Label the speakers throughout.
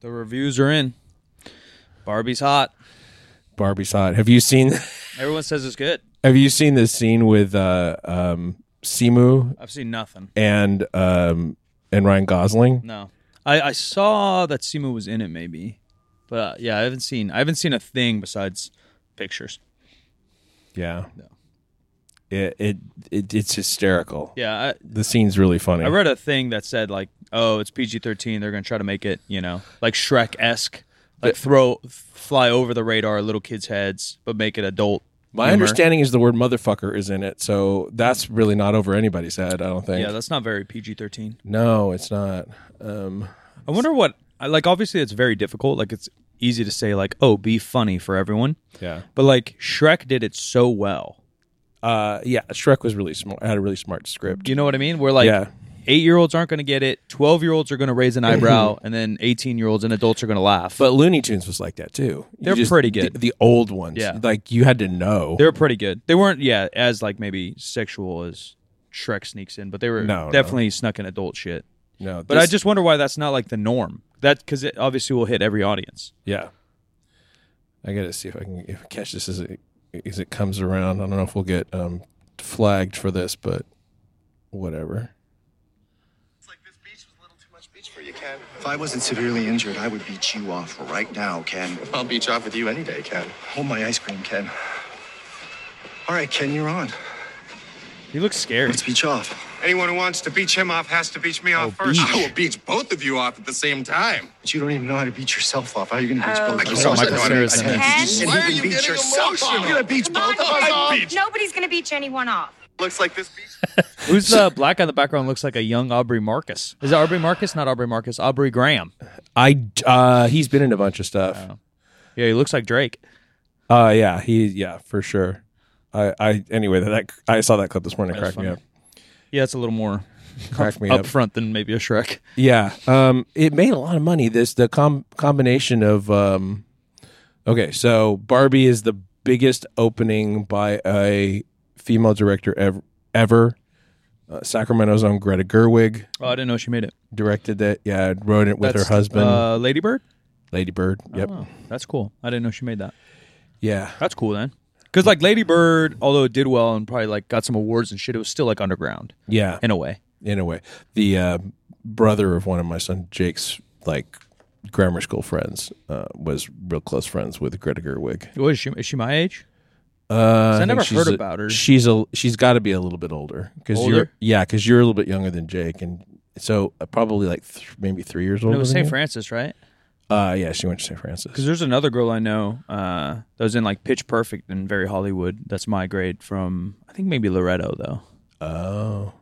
Speaker 1: The reviews are in. Barbie's hot.
Speaker 2: Barbie's hot. Have you seen?
Speaker 1: Everyone says it's good.
Speaker 2: Have you seen this scene with uh, um, Simu
Speaker 1: I've seen nothing.
Speaker 2: and um, and Ryan Gosling?
Speaker 1: No, I, I saw that Simu was in it, maybe, but uh, yeah, I haven't seen I haven't seen a thing besides pictures.
Speaker 2: Yeah. It, it it it's hysterical.
Speaker 1: Yeah,
Speaker 2: The scene's really funny.
Speaker 1: I, I read a thing that said like, oh, it's PG thirteen. They're gonna try to make it, you know, like Shrek esque, like throw fly over the radar little kids' heads, but make it adult.
Speaker 2: My
Speaker 1: humor.
Speaker 2: understanding is the word motherfucker is in it, so that's really not over anybody's head. I don't think.
Speaker 1: Yeah, that's not very PG thirteen.
Speaker 2: no, it's not. Um,
Speaker 1: I wonder what I like. Obviously, it's very difficult. Like it's easy to say like, oh, be funny for everyone,
Speaker 2: yeah.
Speaker 1: but like Shrek did it so well.
Speaker 2: Uh, yeah. Shrek was really smart. Had a really smart script.
Speaker 1: Do you know what I mean? We're like
Speaker 2: Yeah.
Speaker 1: eight year olds aren't going to get it, 12 year olds are going to raise an eyebrow, and then 18 year olds and adults are going to laugh. But
Speaker 2: But Looney Tunes was like that too. You
Speaker 1: They're pretty good.
Speaker 2: The, the old ones.
Speaker 1: Yeah.
Speaker 2: Like you had to know.
Speaker 1: they were pretty good. They weren't, yeah, as like maybe sexual as Shrek sneaks in, but they were
Speaker 2: No, no.
Speaker 1: definitely snuck in adult shit.
Speaker 2: no.
Speaker 1: But I
Speaker 2: this-
Speaker 1: just wonder why that's not like the norm. That because it obviously will hit every audience.
Speaker 2: Yeah. I gotta see if I can if I catch this as it as it comes around. I don't know if we'll get um, flagged for this, but whatever.
Speaker 3: It's like this beach was a little too much beach for you, Ken. If I wasn't severely injured, I would beat you off right now, Ken. I'll beach off with you any day, Ken. Hold my ice cream, Ken. All right, Ken, you're on.
Speaker 1: He looks scared.
Speaker 3: Let's beach off.
Speaker 4: Anyone who wants to beach him off has to beach me off first.
Speaker 1: beach.
Speaker 4: I will beach both of you off at the same time.
Speaker 3: But you don't even know how to beat yourself off. How are you going to beat both of us?
Speaker 4: Michael
Speaker 3: I don't
Speaker 1: Cera's
Speaker 3: know.
Speaker 1: in it.
Speaker 3: I
Speaker 5: Ken?
Speaker 3: just said
Speaker 4: Why
Speaker 3: you
Speaker 4: are
Speaker 3: can
Speaker 4: you
Speaker 3: beat
Speaker 4: getting
Speaker 3: yourself off.
Speaker 4: emotional?
Speaker 3: You're going to beat
Speaker 5: Come
Speaker 3: both of
Speaker 5: on,
Speaker 3: us off.
Speaker 5: Nicole. Nobody's gonna beach anyone off.
Speaker 4: Looks like this beach.
Speaker 1: Who's the black guy in the background? Looks like a young Aubrey Marcus. Is it Aubrey Marcus? Not Aubrey Marcus. Aubrey Graham.
Speaker 2: I uh, he's been in a bunch of stuff.
Speaker 1: Yeah, he looks like Drake.
Speaker 2: Uh, yeah, he yeah for sure. I, I anyway that, that I saw that clip this morning. It
Speaker 1: That's
Speaker 2: cracked me up.
Speaker 1: funny. Yeah, it's a little more
Speaker 2: Cracked me
Speaker 1: upfront
Speaker 2: up.
Speaker 1: than maybe a Shrek.
Speaker 2: Yeah. Um, it made a lot of money. This the com- combination of um, okay, so Barbie is the biggest opening by a female director ever. ever. Uh, Sacramento's own Greta Gerwig
Speaker 1: Oh, I didn't know she made it.
Speaker 2: directed it. Yeah, wrote it with
Speaker 1: That's,
Speaker 2: her husband,
Speaker 1: uh, Lady Bird.
Speaker 2: Lady Bird. Yep.
Speaker 1: Oh, that's cool. I didn't know she made that.
Speaker 2: Yeah.
Speaker 1: That's cool then. Because like Lady Bird, although it did well and probably like got some awards and shit, it was still like underground
Speaker 2: Yeah.
Speaker 1: in a way.
Speaker 2: in a way, the uh, brother of one of my son Jake's like grammar school friends uh, was real close friends with Greta Gerwig.
Speaker 1: Was she? Is she my age?
Speaker 2: Uh,
Speaker 1: I
Speaker 2: think
Speaker 1: never
Speaker 2: she's
Speaker 1: heard
Speaker 2: a-
Speaker 1: about her.
Speaker 2: She's a she's got to be a little bit older because you're
Speaker 1: Older?
Speaker 2: yeah because you're a little bit younger than Jake and so uh, probably like th- maybe three years older.
Speaker 1: No, it was
Speaker 2: than
Speaker 1: St.
Speaker 2: you.
Speaker 1: Francis, right?
Speaker 2: Uh, yeah, she went to St. Francis.
Speaker 1: Because there's another girl I know uh, that was in like Pitch Perfect and Very Hollywood. That's my grade from I think maybe Loretto though.
Speaker 2: Oh,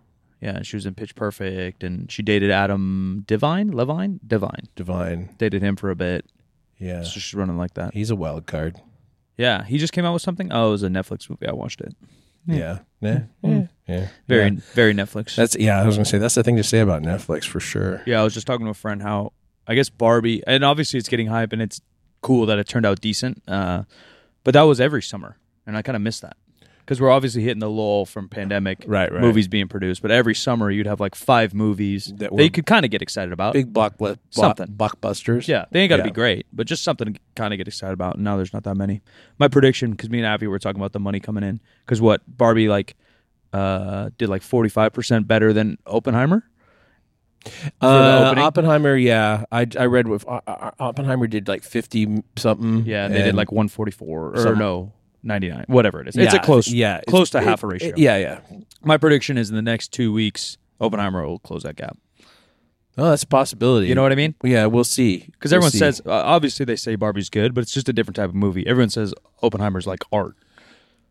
Speaker 1: Yeah, she was in Pitch Perfect and she dated Adam Divine, Levine, Divine.
Speaker 2: divine.
Speaker 1: Dated him for a bit,
Speaker 2: Yeah,
Speaker 1: so she's running like that.
Speaker 2: he's a wild card.
Speaker 1: Yeah, he just came out with something. Oh, it was a Netflix movie. I watched it.
Speaker 2: Yeah, yeah, yeah. yeah.
Speaker 1: Very, very Netflix.
Speaker 2: That's yeah. I was gonna say that's the thing to say about Netflix for sure.
Speaker 1: Yeah, I was just talking to a friend how I guess Barbie, and obviously it's getting hype and it's cool that it turned out decent. Uh, but that was every summer, and I kind of miss that because we're obviously hitting the lull from pandemic,
Speaker 2: Right, right.
Speaker 1: Movies being produced, but every summer you'd have like five movies
Speaker 2: That
Speaker 1: that,
Speaker 2: were-
Speaker 1: you could kind of get excited about.
Speaker 2: Big block, block
Speaker 1: Something.
Speaker 2: blockbusters.
Speaker 1: yeah, they ain't got to
Speaker 2: Yeah.
Speaker 1: be great, but just something to kind of get excited about. And now there's not that many. My prediction, because me and Avi were talking about the money coming in, because what Barbie like uh, did like 45 percent better than Oppenheimer. the
Speaker 2: Uh,
Speaker 1: opening?
Speaker 2: Oppenheimer, yeah, I, I read with uh, uh, Oppenheimer did like fifty something.
Speaker 1: Yeah, they did
Speaker 2: and-
Speaker 1: like 144 or
Speaker 2: some-
Speaker 1: no, 99, whatever it is. It's a
Speaker 2: Yeah,
Speaker 1: close,
Speaker 2: yeah, it's-
Speaker 1: close to
Speaker 2: it-
Speaker 1: half a
Speaker 2: it-
Speaker 1: ratio.
Speaker 2: yeah, yeah.
Speaker 1: My prediction is in the next two weeks, Oppenheimer will close that gap.
Speaker 2: Oh, that's a possibility.
Speaker 1: You know what I mean?
Speaker 2: Yeah, we'll see.
Speaker 1: Because
Speaker 2: We'll
Speaker 1: everyone
Speaker 2: see.
Speaker 1: says, uh, obviously, they say Barbie's good, but it's just a different type of movie. Everyone says Oppenheimer's like art,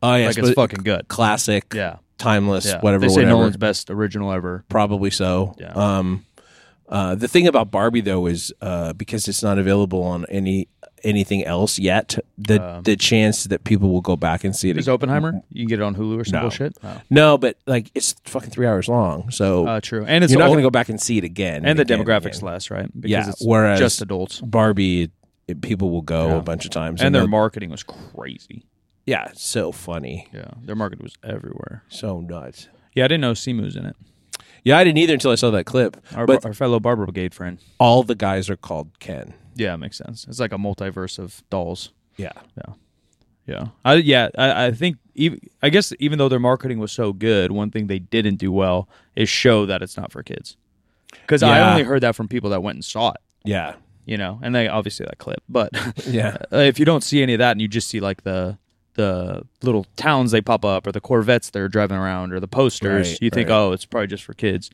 Speaker 2: oh, yeah,
Speaker 1: like it's fucking good.
Speaker 2: classic,
Speaker 1: Yeah.
Speaker 2: timeless,
Speaker 1: Yeah,
Speaker 2: whatever.
Speaker 1: They say
Speaker 2: whatever.
Speaker 1: Nolan's best original ever.
Speaker 2: probably so.
Speaker 1: Yeah.
Speaker 2: Um, uh, the thing about Barbie though is uh, because it's not available on any anything else yet, the the chance that people will go back and see it.
Speaker 1: Um. Is
Speaker 2: ag-
Speaker 1: Oppenheimer? You can get it on Hulu or some
Speaker 2: No.
Speaker 1: bullshit. Oh.
Speaker 2: No, but like it's fucking three hours long, so
Speaker 1: Uh, true, and it's
Speaker 2: you're not
Speaker 1: old-
Speaker 2: going to go back and see it again.
Speaker 1: and the
Speaker 2: again
Speaker 1: demographics
Speaker 2: again.
Speaker 1: less, right? Because
Speaker 2: Yeah,
Speaker 1: it's
Speaker 2: whereas-
Speaker 1: just adults,
Speaker 2: Barbie, it, people will go a bunch of times,
Speaker 1: and their
Speaker 2: they'll-
Speaker 1: marketing was crazy.
Speaker 2: yeah, it's so funny,
Speaker 1: Yeah, their marketing was everywhere.
Speaker 2: so nuts.
Speaker 1: Yeah, I didn't know Simu's in it.
Speaker 2: Yeah, I didn't either until I saw that clip.
Speaker 1: Our,
Speaker 2: but
Speaker 1: our fellow Barber Brigade friend.
Speaker 2: all the guys are called Ken.
Speaker 1: Yeah, it makes sense. It's like a multiverse of dolls.
Speaker 2: Yeah.
Speaker 1: Yeah, I, yeah, I, I think even I guess even though their marketing was so good, one thing they didn't do well is show that it's not for kids. Because
Speaker 2: Yeah.
Speaker 1: I only heard that from people that went and saw it,
Speaker 2: Yeah.
Speaker 1: you know, and they obviously that clip. But
Speaker 2: Yeah.
Speaker 1: uh, if you don't see any of that and you just see like the the little towns they pop up or the Corvettes they're driving around or the posters,
Speaker 2: Right,
Speaker 1: you think,
Speaker 2: right.
Speaker 1: oh, it's probably just for kids.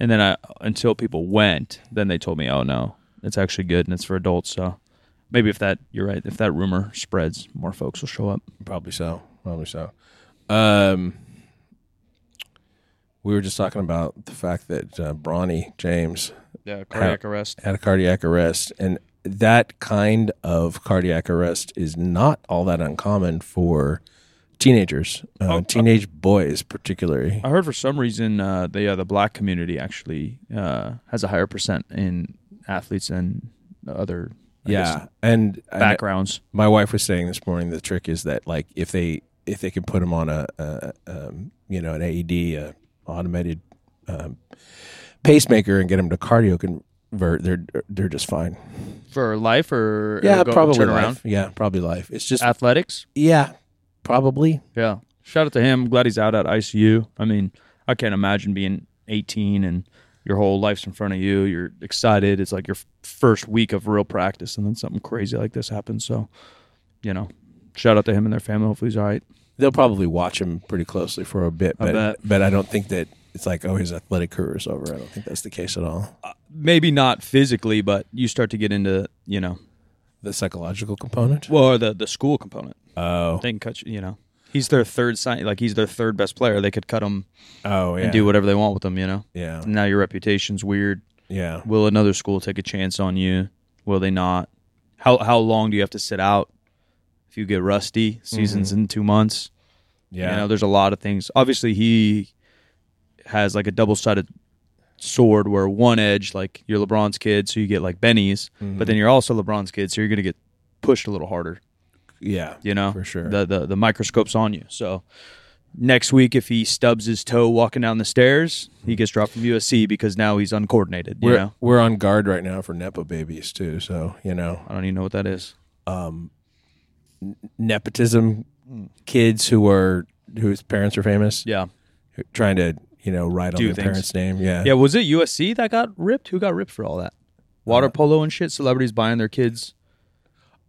Speaker 1: And then I, until people went, then they told me, oh no, it's actually good and it's for adults. So maybe if that you're right, if that rumor spreads, more folks will show up.
Speaker 2: Probably so. Probably so. Um, we were just talking about the fact that uh, Bronny James
Speaker 1: Yeah, cardiac arrest.
Speaker 2: had a cardiac arrest, and that kind of cardiac arrest is not all that uncommon for teenagers, uh, teenage boys particularly.
Speaker 1: I heard for some reason uh, the uh, the black community actually uh, has a higher percent in athletes than the other I guess,
Speaker 2: yeah, and and
Speaker 1: backgrounds.
Speaker 2: my wife was saying this morning the trick is that like if they if they can put them on a, a um, you know an AED, a automated um, pacemaker, and get them to cardio convert, they're they're just fine.
Speaker 1: for life or
Speaker 2: Yeah,
Speaker 1: go-
Speaker 2: probably
Speaker 1: turn
Speaker 2: life.
Speaker 1: around
Speaker 2: Yeah, probably life. It's
Speaker 1: Uh,
Speaker 2: just
Speaker 1: athletics.
Speaker 2: yeah, probably.
Speaker 1: Yeah, shout out to him. Glad he's out at ICU. I mean, I can't imagine being 18 and your whole life's in front of you. You're excited. It's like your f- first week of real practice, and then something crazy like this happens. So, you know, shout out to him and their family. Hopefully, he's all right.
Speaker 2: They'll probably watch him pretty closely for a bit, but
Speaker 1: bet.
Speaker 2: but I don't think that it's like oh his athletic career is over. I don't think that's the case at all.
Speaker 1: Maybe not physically, but you start to get into you know
Speaker 2: The psychological component.
Speaker 1: Well, or the the school component.
Speaker 2: Oh,
Speaker 1: They can cut you. You know, he's their third sign. Like he's their third best player. They could cut him
Speaker 2: oh yeah,
Speaker 1: and do whatever they want with him. You know.
Speaker 2: yeah,
Speaker 1: Now your reputation's weird.
Speaker 2: yeah.
Speaker 1: Will another school take a chance on you? Will they not? How how long do you have to sit out? If you get rusty, seasons in two months.
Speaker 2: Mm-hmm. Yeah.
Speaker 1: You know, there's a lot of things. Obviously, he has like a double sided sword where one edge, like you're LeBron's kid, so you get like Benny's,
Speaker 2: Mm-hmm.
Speaker 1: but then you're also LeBron's kid, so you're gonna get pushed a little harder
Speaker 2: yeah.
Speaker 1: you know
Speaker 2: For sure.
Speaker 1: the, the the microscope's on you so next week if he stubs his toe walking down the stairs he gets dropped from usc because now he's uncoordinated you
Speaker 2: Hmm. We're
Speaker 1: know
Speaker 2: we're on guard right now for nepo babies too. So you know
Speaker 1: i don't even know what that is
Speaker 2: nepotism, kids who are whose parents are famous,
Speaker 1: yeah
Speaker 2: who- trying to you know write on
Speaker 1: Do
Speaker 2: their
Speaker 1: things.
Speaker 2: parents' name. Yeah,
Speaker 1: yeah was it usc that got ripped who got ripped for all that water polo and shit celebrities buying their kids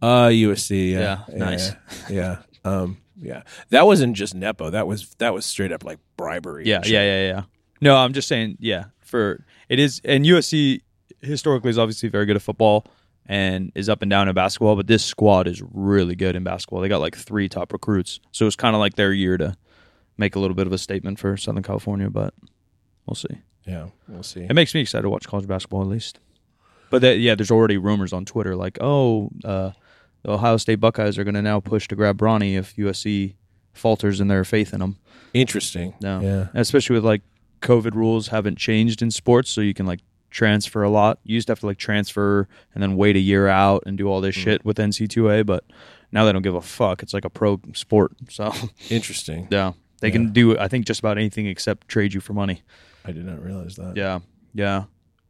Speaker 2: Uh, USC. Yeah,
Speaker 1: Yeah, nice.
Speaker 2: Yeah, yeah. um, yeah. That wasn't just nepo. That was that was straight up like bribery. and
Speaker 1: yeah
Speaker 2: shit.
Speaker 1: yeah yeah yeah no i'm just saying yeah for it is and usc historically is obviously very good at football and is up and down in basketball but this squad is really good in basketball they got like three top recruits so it's kind of like their year to make a little bit of a statement for southern california but we'll see
Speaker 2: yeah. We'll see.
Speaker 1: it makes me excited to watch college basketball at least but that, yeah there's already rumors on twitter like oh uh, the ohio state buckeyes are going to now push to grab bronny if usc falters in their faith in him
Speaker 2: Interesting.
Speaker 1: no.
Speaker 2: Yeah.
Speaker 1: And Especially with like COVID rules haven't changed in sports, so you can like transfer a lot. You used to have to like transfer and then wait a year out and do all this shit with NC2A, but now they don't give a fuck. It's like a pro sport. So
Speaker 2: Interesting.
Speaker 1: yeah. They can do I think just about anything except trade you for money.
Speaker 2: I did not realize that.
Speaker 1: Yeah. Yeah.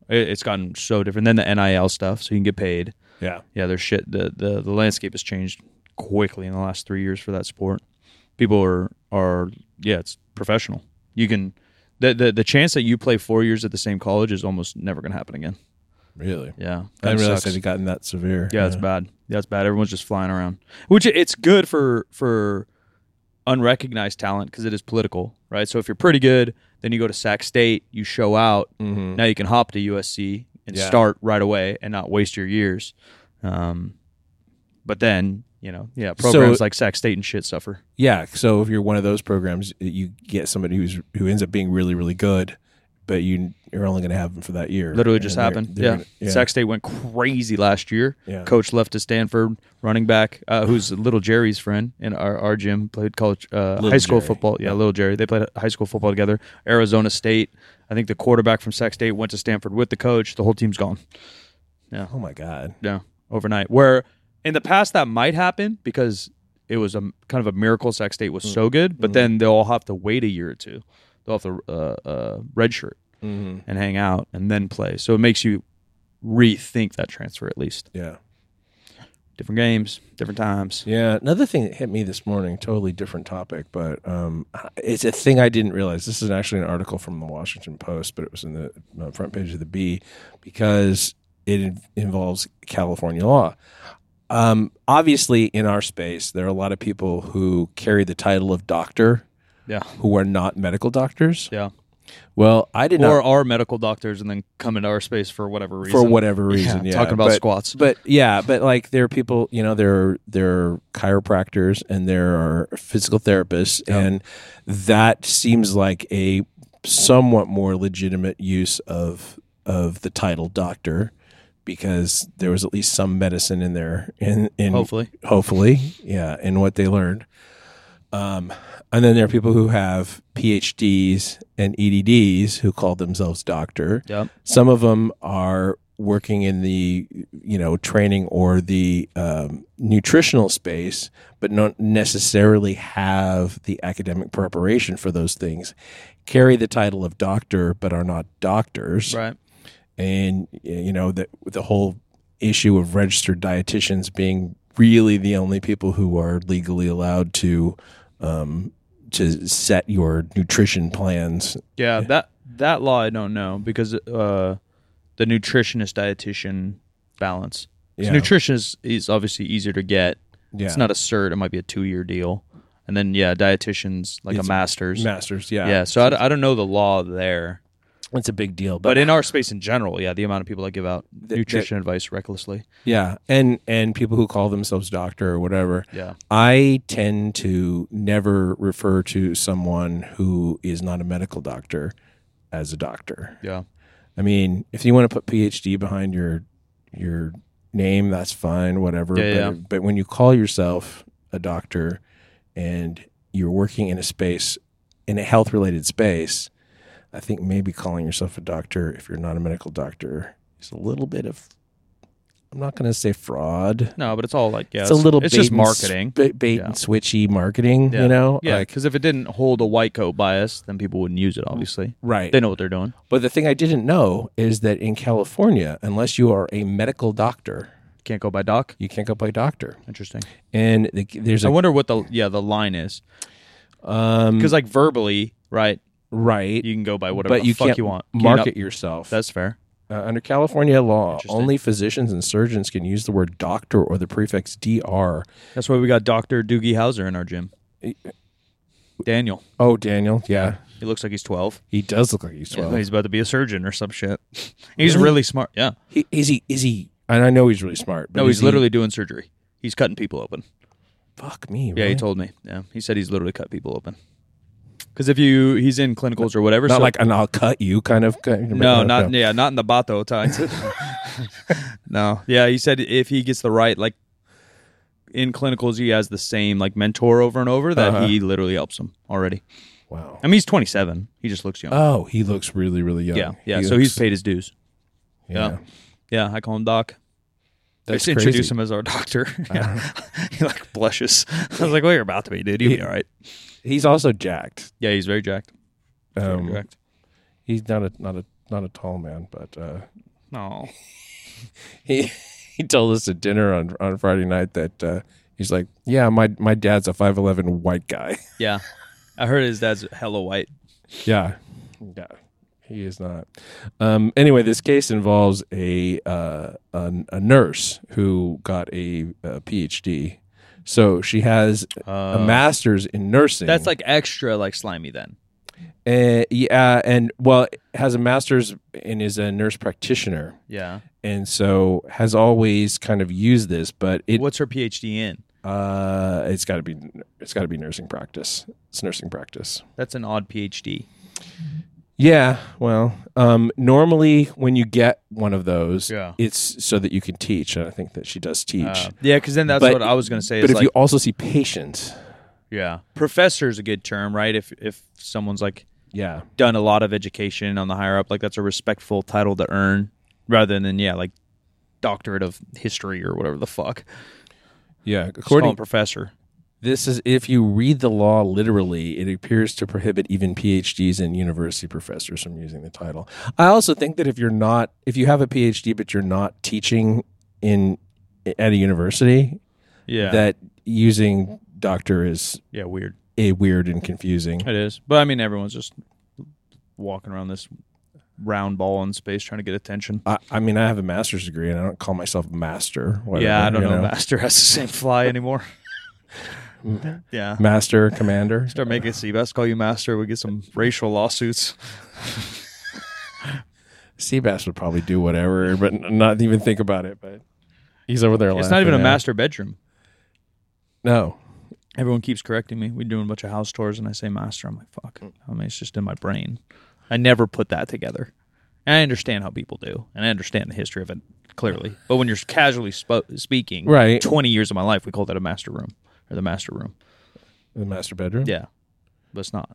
Speaker 1: It, it's gotten so different. Then the NIL stuff, so you can get paid.
Speaker 2: Yeah.
Speaker 1: Yeah, there's shit the, the the landscape has changed quickly in the last three years for that sport. People are are yeah, it's professional. You can the the, the chance that you play four years at the same college is almost never gonna happen again.
Speaker 2: Really.
Speaker 1: Yeah.
Speaker 2: I didn't
Speaker 1: That
Speaker 2: realize
Speaker 1: sucks.
Speaker 2: it had gotten that severe.
Speaker 1: Yeah, it's bad. Yeah, it's bad. Everyone's just flying around, which it- it's good for for unrecognized talent because it is political, right? So if you're pretty good, then you go to Sac State, you show out.
Speaker 2: Mm-hmm.
Speaker 1: Now you can hop to USC and
Speaker 2: Yeah.
Speaker 1: start right away and not waste your years. Um, but then you know, yeah, programs like Sac State and shit suffer.
Speaker 2: Yeah. So if you're one of those programs, you get somebody who's who ends up being really, really good, but you you're only going to have them for that year.
Speaker 1: Literally just
Speaker 2: And they're-
Speaker 1: happened.
Speaker 2: they're
Speaker 1: yeah.
Speaker 2: gonna- yeah.
Speaker 1: Sac State went crazy last year.
Speaker 2: Yeah.
Speaker 1: Coach left to Stanford, running back, uh, who's little Jerry's friend in our, our gym, played college, uh, high school
Speaker 2: Jerry.
Speaker 1: football. Yeah, little Jerry. They played high school football together. Arizona State. I think the quarterback from Sac State went to Stanford with the coach. The whole team's gone.
Speaker 2: Oh my god.
Speaker 1: Yeah, overnight. Where in the past that might happen because it was a kind of a miracle. Sac State
Speaker 2: Mm.
Speaker 1: was so good,
Speaker 2: Mm-hmm.
Speaker 1: but then they'll all have to wait a year or two. They'll have to uh, uh, redshirt Mm-hmm. and hang out and then play. So it makes you rethink that transfer at least.
Speaker 2: Yeah.
Speaker 1: Different games, different times.
Speaker 2: Yeah, another thing that hit me this morning, totally different topic, but um, it's a thing I didn't realize. This is actually an article from the Washington Post, but it was in the uh, front page of the B because it in- involves California law. Um, obviously, in our space, there are a lot of people who carry the title of doctor
Speaker 1: Yeah.
Speaker 2: who are not medical doctors.
Speaker 1: Yeah.
Speaker 2: Well, I did
Speaker 1: Or
Speaker 2: not
Speaker 1: are medical doctors and then come into our space for whatever reason.
Speaker 2: for whatever reason. Yeah,
Speaker 1: talking about
Speaker 2: but-
Speaker 1: squats.
Speaker 2: But yeah, but like there are people, you know, there are, there are chiropractors and there are physical therapists, and that seems like a somewhat more legitimate use of of the title doctor because there was at least some medicine in there in in
Speaker 1: Hopefully.
Speaker 2: hopefully yeah in what they learned um and then there are people who have phds and edds who call themselves doctor
Speaker 1: Yep.
Speaker 2: some of them are working in the you know training or the um, nutritional space but not necessarily have the academic preparation for those things carry the title of doctor but are not doctors
Speaker 1: Right.
Speaker 2: and you know the the whole issue of registered dietitians being really the only people who are legally allowed to um, to set your nutrition plans
Speaker 1: Yeah, that that law I don't know because uh, the nutritionist dietitian balance. 'Cause
Speaker 2: Yeah.
Speaker 1: nutritionist is obviously easier to get.
Speaker 2: yeah
Speaker 1: It's not a cert; it might be a two-year deal, and then yeah, dietitians like
Speaker 2: It's
Speaker 1: a master's.
Speaker 2: masters
Speaker 1: yeah.
Speaker 2: yeah
Speaker 1: so I, d- I don't know the law there,
Speaker 2: it's a big deal
Speaker 1: but in our space in general, yeah, the amount of people that give out nutrition advice recklessly.
Speaker 2: Yeah, and and people who call themselves doctor or whatever.
Speaker 1: Yeah.
Speaker 2: I tend to never refer to someone who is not a medical doctor as a doctor.
Speaker 1: Yeah,
Speaker 2: I mean, if you want to put PhD behind your your name, that's fine, whatever.
Speaker 1: Yeah, yeah.
Speaker 2: but, but when you call yourself a doctor and you're working in a space in a health related space, I think maybe calling yourself a doctor if you're not a medical doctor is a little bit of I'm not going to say fraud.
Speaker 1: no, but it's all like yeah,
Speaker 2: it's a little
Speaker 1: It's
Speaker 2: bait
Speaker 1: just
Speaker 2: and s-
Speaker 1: marketing.
Speaker 2: ba- bait
Speaker 1: Yeah.
Speaker 2: and switchy marketing,
Speaker 1: Yeah.
Speaker 2: you know?
Speaker 1: yeah,
Speaker 2: Like Mm.
Speaker 1: because if it didn't hold a white coat bias, then people wouldn't use it. Obviously,
Speaker 2: right.
Speaker 1: they know what they're doing.
Speaker 2: But the thing I didn't know is that in California, unless you are a medical doctor,
Speaker 1: Can't go by doc.
Speaker 2: you can't go by doctor.
Speaker 1: Interesting.
Speaker 2: And the, there's
Speaker 1: I
Speaker 2: a
Speaker 1: wonder what the yeah the line is
Speaker 2: um,
Speaker 1: because like verbally, right?
Speaker 2: right,
Speaker 1: You can go by whatever
Speaker 2: but
Speaker 1: the
Speaker 2: you
Speaker 1: fuck
Speaker 2: can't
Speaker 1: you want. You
Speaker 2: market
Speaker 1: know-
Speaker 2: yourself.
Speaker 1: that's fair.
Speaker 2: uh, under California law.
Speaker 1: Interesting.
Speaker 2: Only physicians and surgeons can use the word doctor or the prefix dr.
Speaker 1: That's why we got Doctor Doogie Howser in our gym. Daniel,
Speaker 2: Oh, Daniel, yeah,
Speaker 1: he looks like he's twelve.
Speaker 2: he does look like he's twelve.
Speaker 1: He's about to be a surgeon or some shit. He's really smart. Yeah.
Speaker 2: He- is he? Is he? And I know he's really smart. But
Speaker 1: No,
Speaker 2: is
Speaker 1: he's
Speaker 2: he-
Speaker 1: literally doing surgery. He's cutting people open.
Speaker 2: fuck me.
Speaker 1: Yeah,
Speaker 2: really?
Speaker 1: he told me. Yeah, he said he's literally cut people open. Because if you, he's in clinicals or whatever.
Speaker 2: not
Speaker 1: so-
Speaker 2: like an I'll cut you kind of. kind of-
Speaker 1: No, not yeah, not in the bato times. no, yeah, he said if he gets the right like in clinicals, he has the same like mentor over and over that
Speaker 2: Uh-huh.
Speaker 1: he literally helps him already.
Speaker 2: Wow.
Speaker 1: I mean, he's 27. He just looks young.
Speaker 2: Oh, he looks really, really young.
Speaker 1: yeah, yeah.
Speaker 2: He
Speaker 1: so
Speaker 2: looks-
Speaker 1: he's paid his dues. Yeah. yeah, I call him Doc. I
Speaker 2: That's
Speaker 1: just introduce
Speaker 2: crazy.
Speaker 1: him as our doctor. Yeah. he like blushes. Uh-huh. I was like, "Well, you're about to be, dude. You'll be all right."
Speaker 2: He's also jacked.
Speaker 1: Yeah, he's very jacked. Very
Speaker 2: Um,
Speaker 1: jacked.
Speaker 2: He's not a not a not a tall man, but uh,
Speaker 1: No,
Speaker 2: he he told us at dinner on on Friday night that uh, he's like, yeah, my my dad's a five eleven white guy.
Speaker 1: yeah. I heard his dad's hella white.
Speaker 2: yeah, yeah, he is not. Um, anyway, this case involves a uh, a, a nurse who got a, uh PhD. So she has a master's in nursing.
Speaker 1: Uh, That's like extra like slimy then.
Speaker 2: Uh, yeah, and well, has a master's and is a nurse practitioner,
Speaker 1: Yeah.
Speaker 2: and so has always kind of used this, but it
Speaker 1: What's her PhD in?
Speaker 2: uh, it's got to be it's got to be nursing practice. It's nursing practice.
Speaker 1: That's an odd PhD.
Speaker 2: Yeah, well, um, normally when you get one of those,
Speaker 1: Yeah.
Speaker 2: it's so that you can teach, and I think that she does teach.
Speaker 1: Uh, yeah, because then that's
Speaker 2: But-
Speaker 1: what I was going to say. is
Speaker 2: but if
Speaker 1: like,
Speaker 2: you also see patients,
Speaker 1: yeah, professor is a good term, right? If if someone's like
Speaker 2: yeah,
Speaker 1: done a lot of education on the higher up, like that's a respectful title to earn, rather than yeah, like doctorate of history or whatever the fuck.
Speaker 2: yeah.
Speaker 1: Just call
Speaker 2: According
Speaker 1: him professor.
Speaker 2: This is if you read the law literally, it appears to prohibit even PhDs and university professors from using the title. I also think that if you're not if you have a PhD but you're not teaching in at a university
Speaker 1: Yeah.
Speaker 2: that using doctor is
Speaker 1: yeah, weird.
Speaker 2: a weird and confusing.
Speaker 1: It is. But I mean, everyone's just walking around this round ball in space trying to get attention.
Speaker 2: I, I mean, I have a master's degree, and I don't call myself master. whatever,
Speaker 1: yeah, I don't
Speaker 2: you
Speaker 1: know. Master has the same fly anymore. yeah.
Speaker 2: Master, commander.
Speaker 1: Start making Seabass call you master. We get some racial lawsuits.
Speaker 2: Seabass would probably do whatever, but n- not even think about it. But he's over there.
Speaker 1: It's not even a
Speaker 2: laughing now.
Speaker 1: master bedroom.
Speaker 2: No,
Speaker 1: Everyone keeps correcting me. We're doing a bunch of house tours, and I say master. I'm like, fuck. I mean, it's just in my brain. I never put that together. And I understand how people do, and I understand the history of it clearly. But when you're casually spo- speaking,
Speaker 2: Right.
Speaker 1: 20 years of my life, we called that a master room or the master room.
Speaker 2: the master bedroom.
Speaker 1: Yeah, but it's not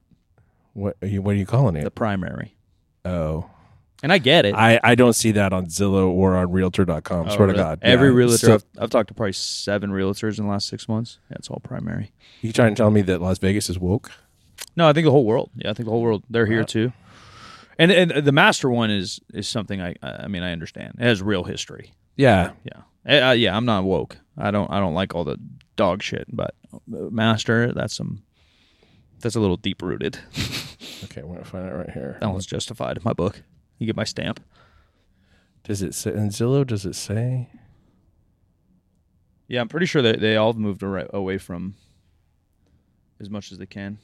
Speaker 2: What are you? What are you calling
Speaker 1: the
Speaker 2: it?
Speaker 1: primary.
Speaker 2: oh,
Speaker 1: And I get it.
Speaker 2: I I don't see that on Zillow or on Realtor.com.
Speaker 1: Oh,
Speaker 2: swear
Speaker 1: really?
Speaker 2: to God,
Speaker 1: Every
Speaker 2: Yeah.
Speaker 1: realtor,
Speaker 2: So,
Speaker 1: I've, I've talked to probably seven realtors in the last six months. That's all primary.
Speaker 2: you trying to tell me that Las Vegas is woke?
Speaker 1: No, I think the whole world. Yeah, I think the whole world. They're here too. And and the master one is is something I I mean I understand. It has real history.
Speaker 2: Yeah,
Speaker 1: Yeah, Eh, uh, yeah. I'm not woke. I don't I don't like all the dog shit. But uh, master, that's some that's a little deep rooted.
Speaker 2: Okay, we're gonna find it right here.
Speaker 1: That one's justified in my book. You get my stamp.
Speaker 2: Does it say in Zillow? Does it say?
Speaker 1: Yeah, I'm pretty sure that they all moved ar- away from as much as they can.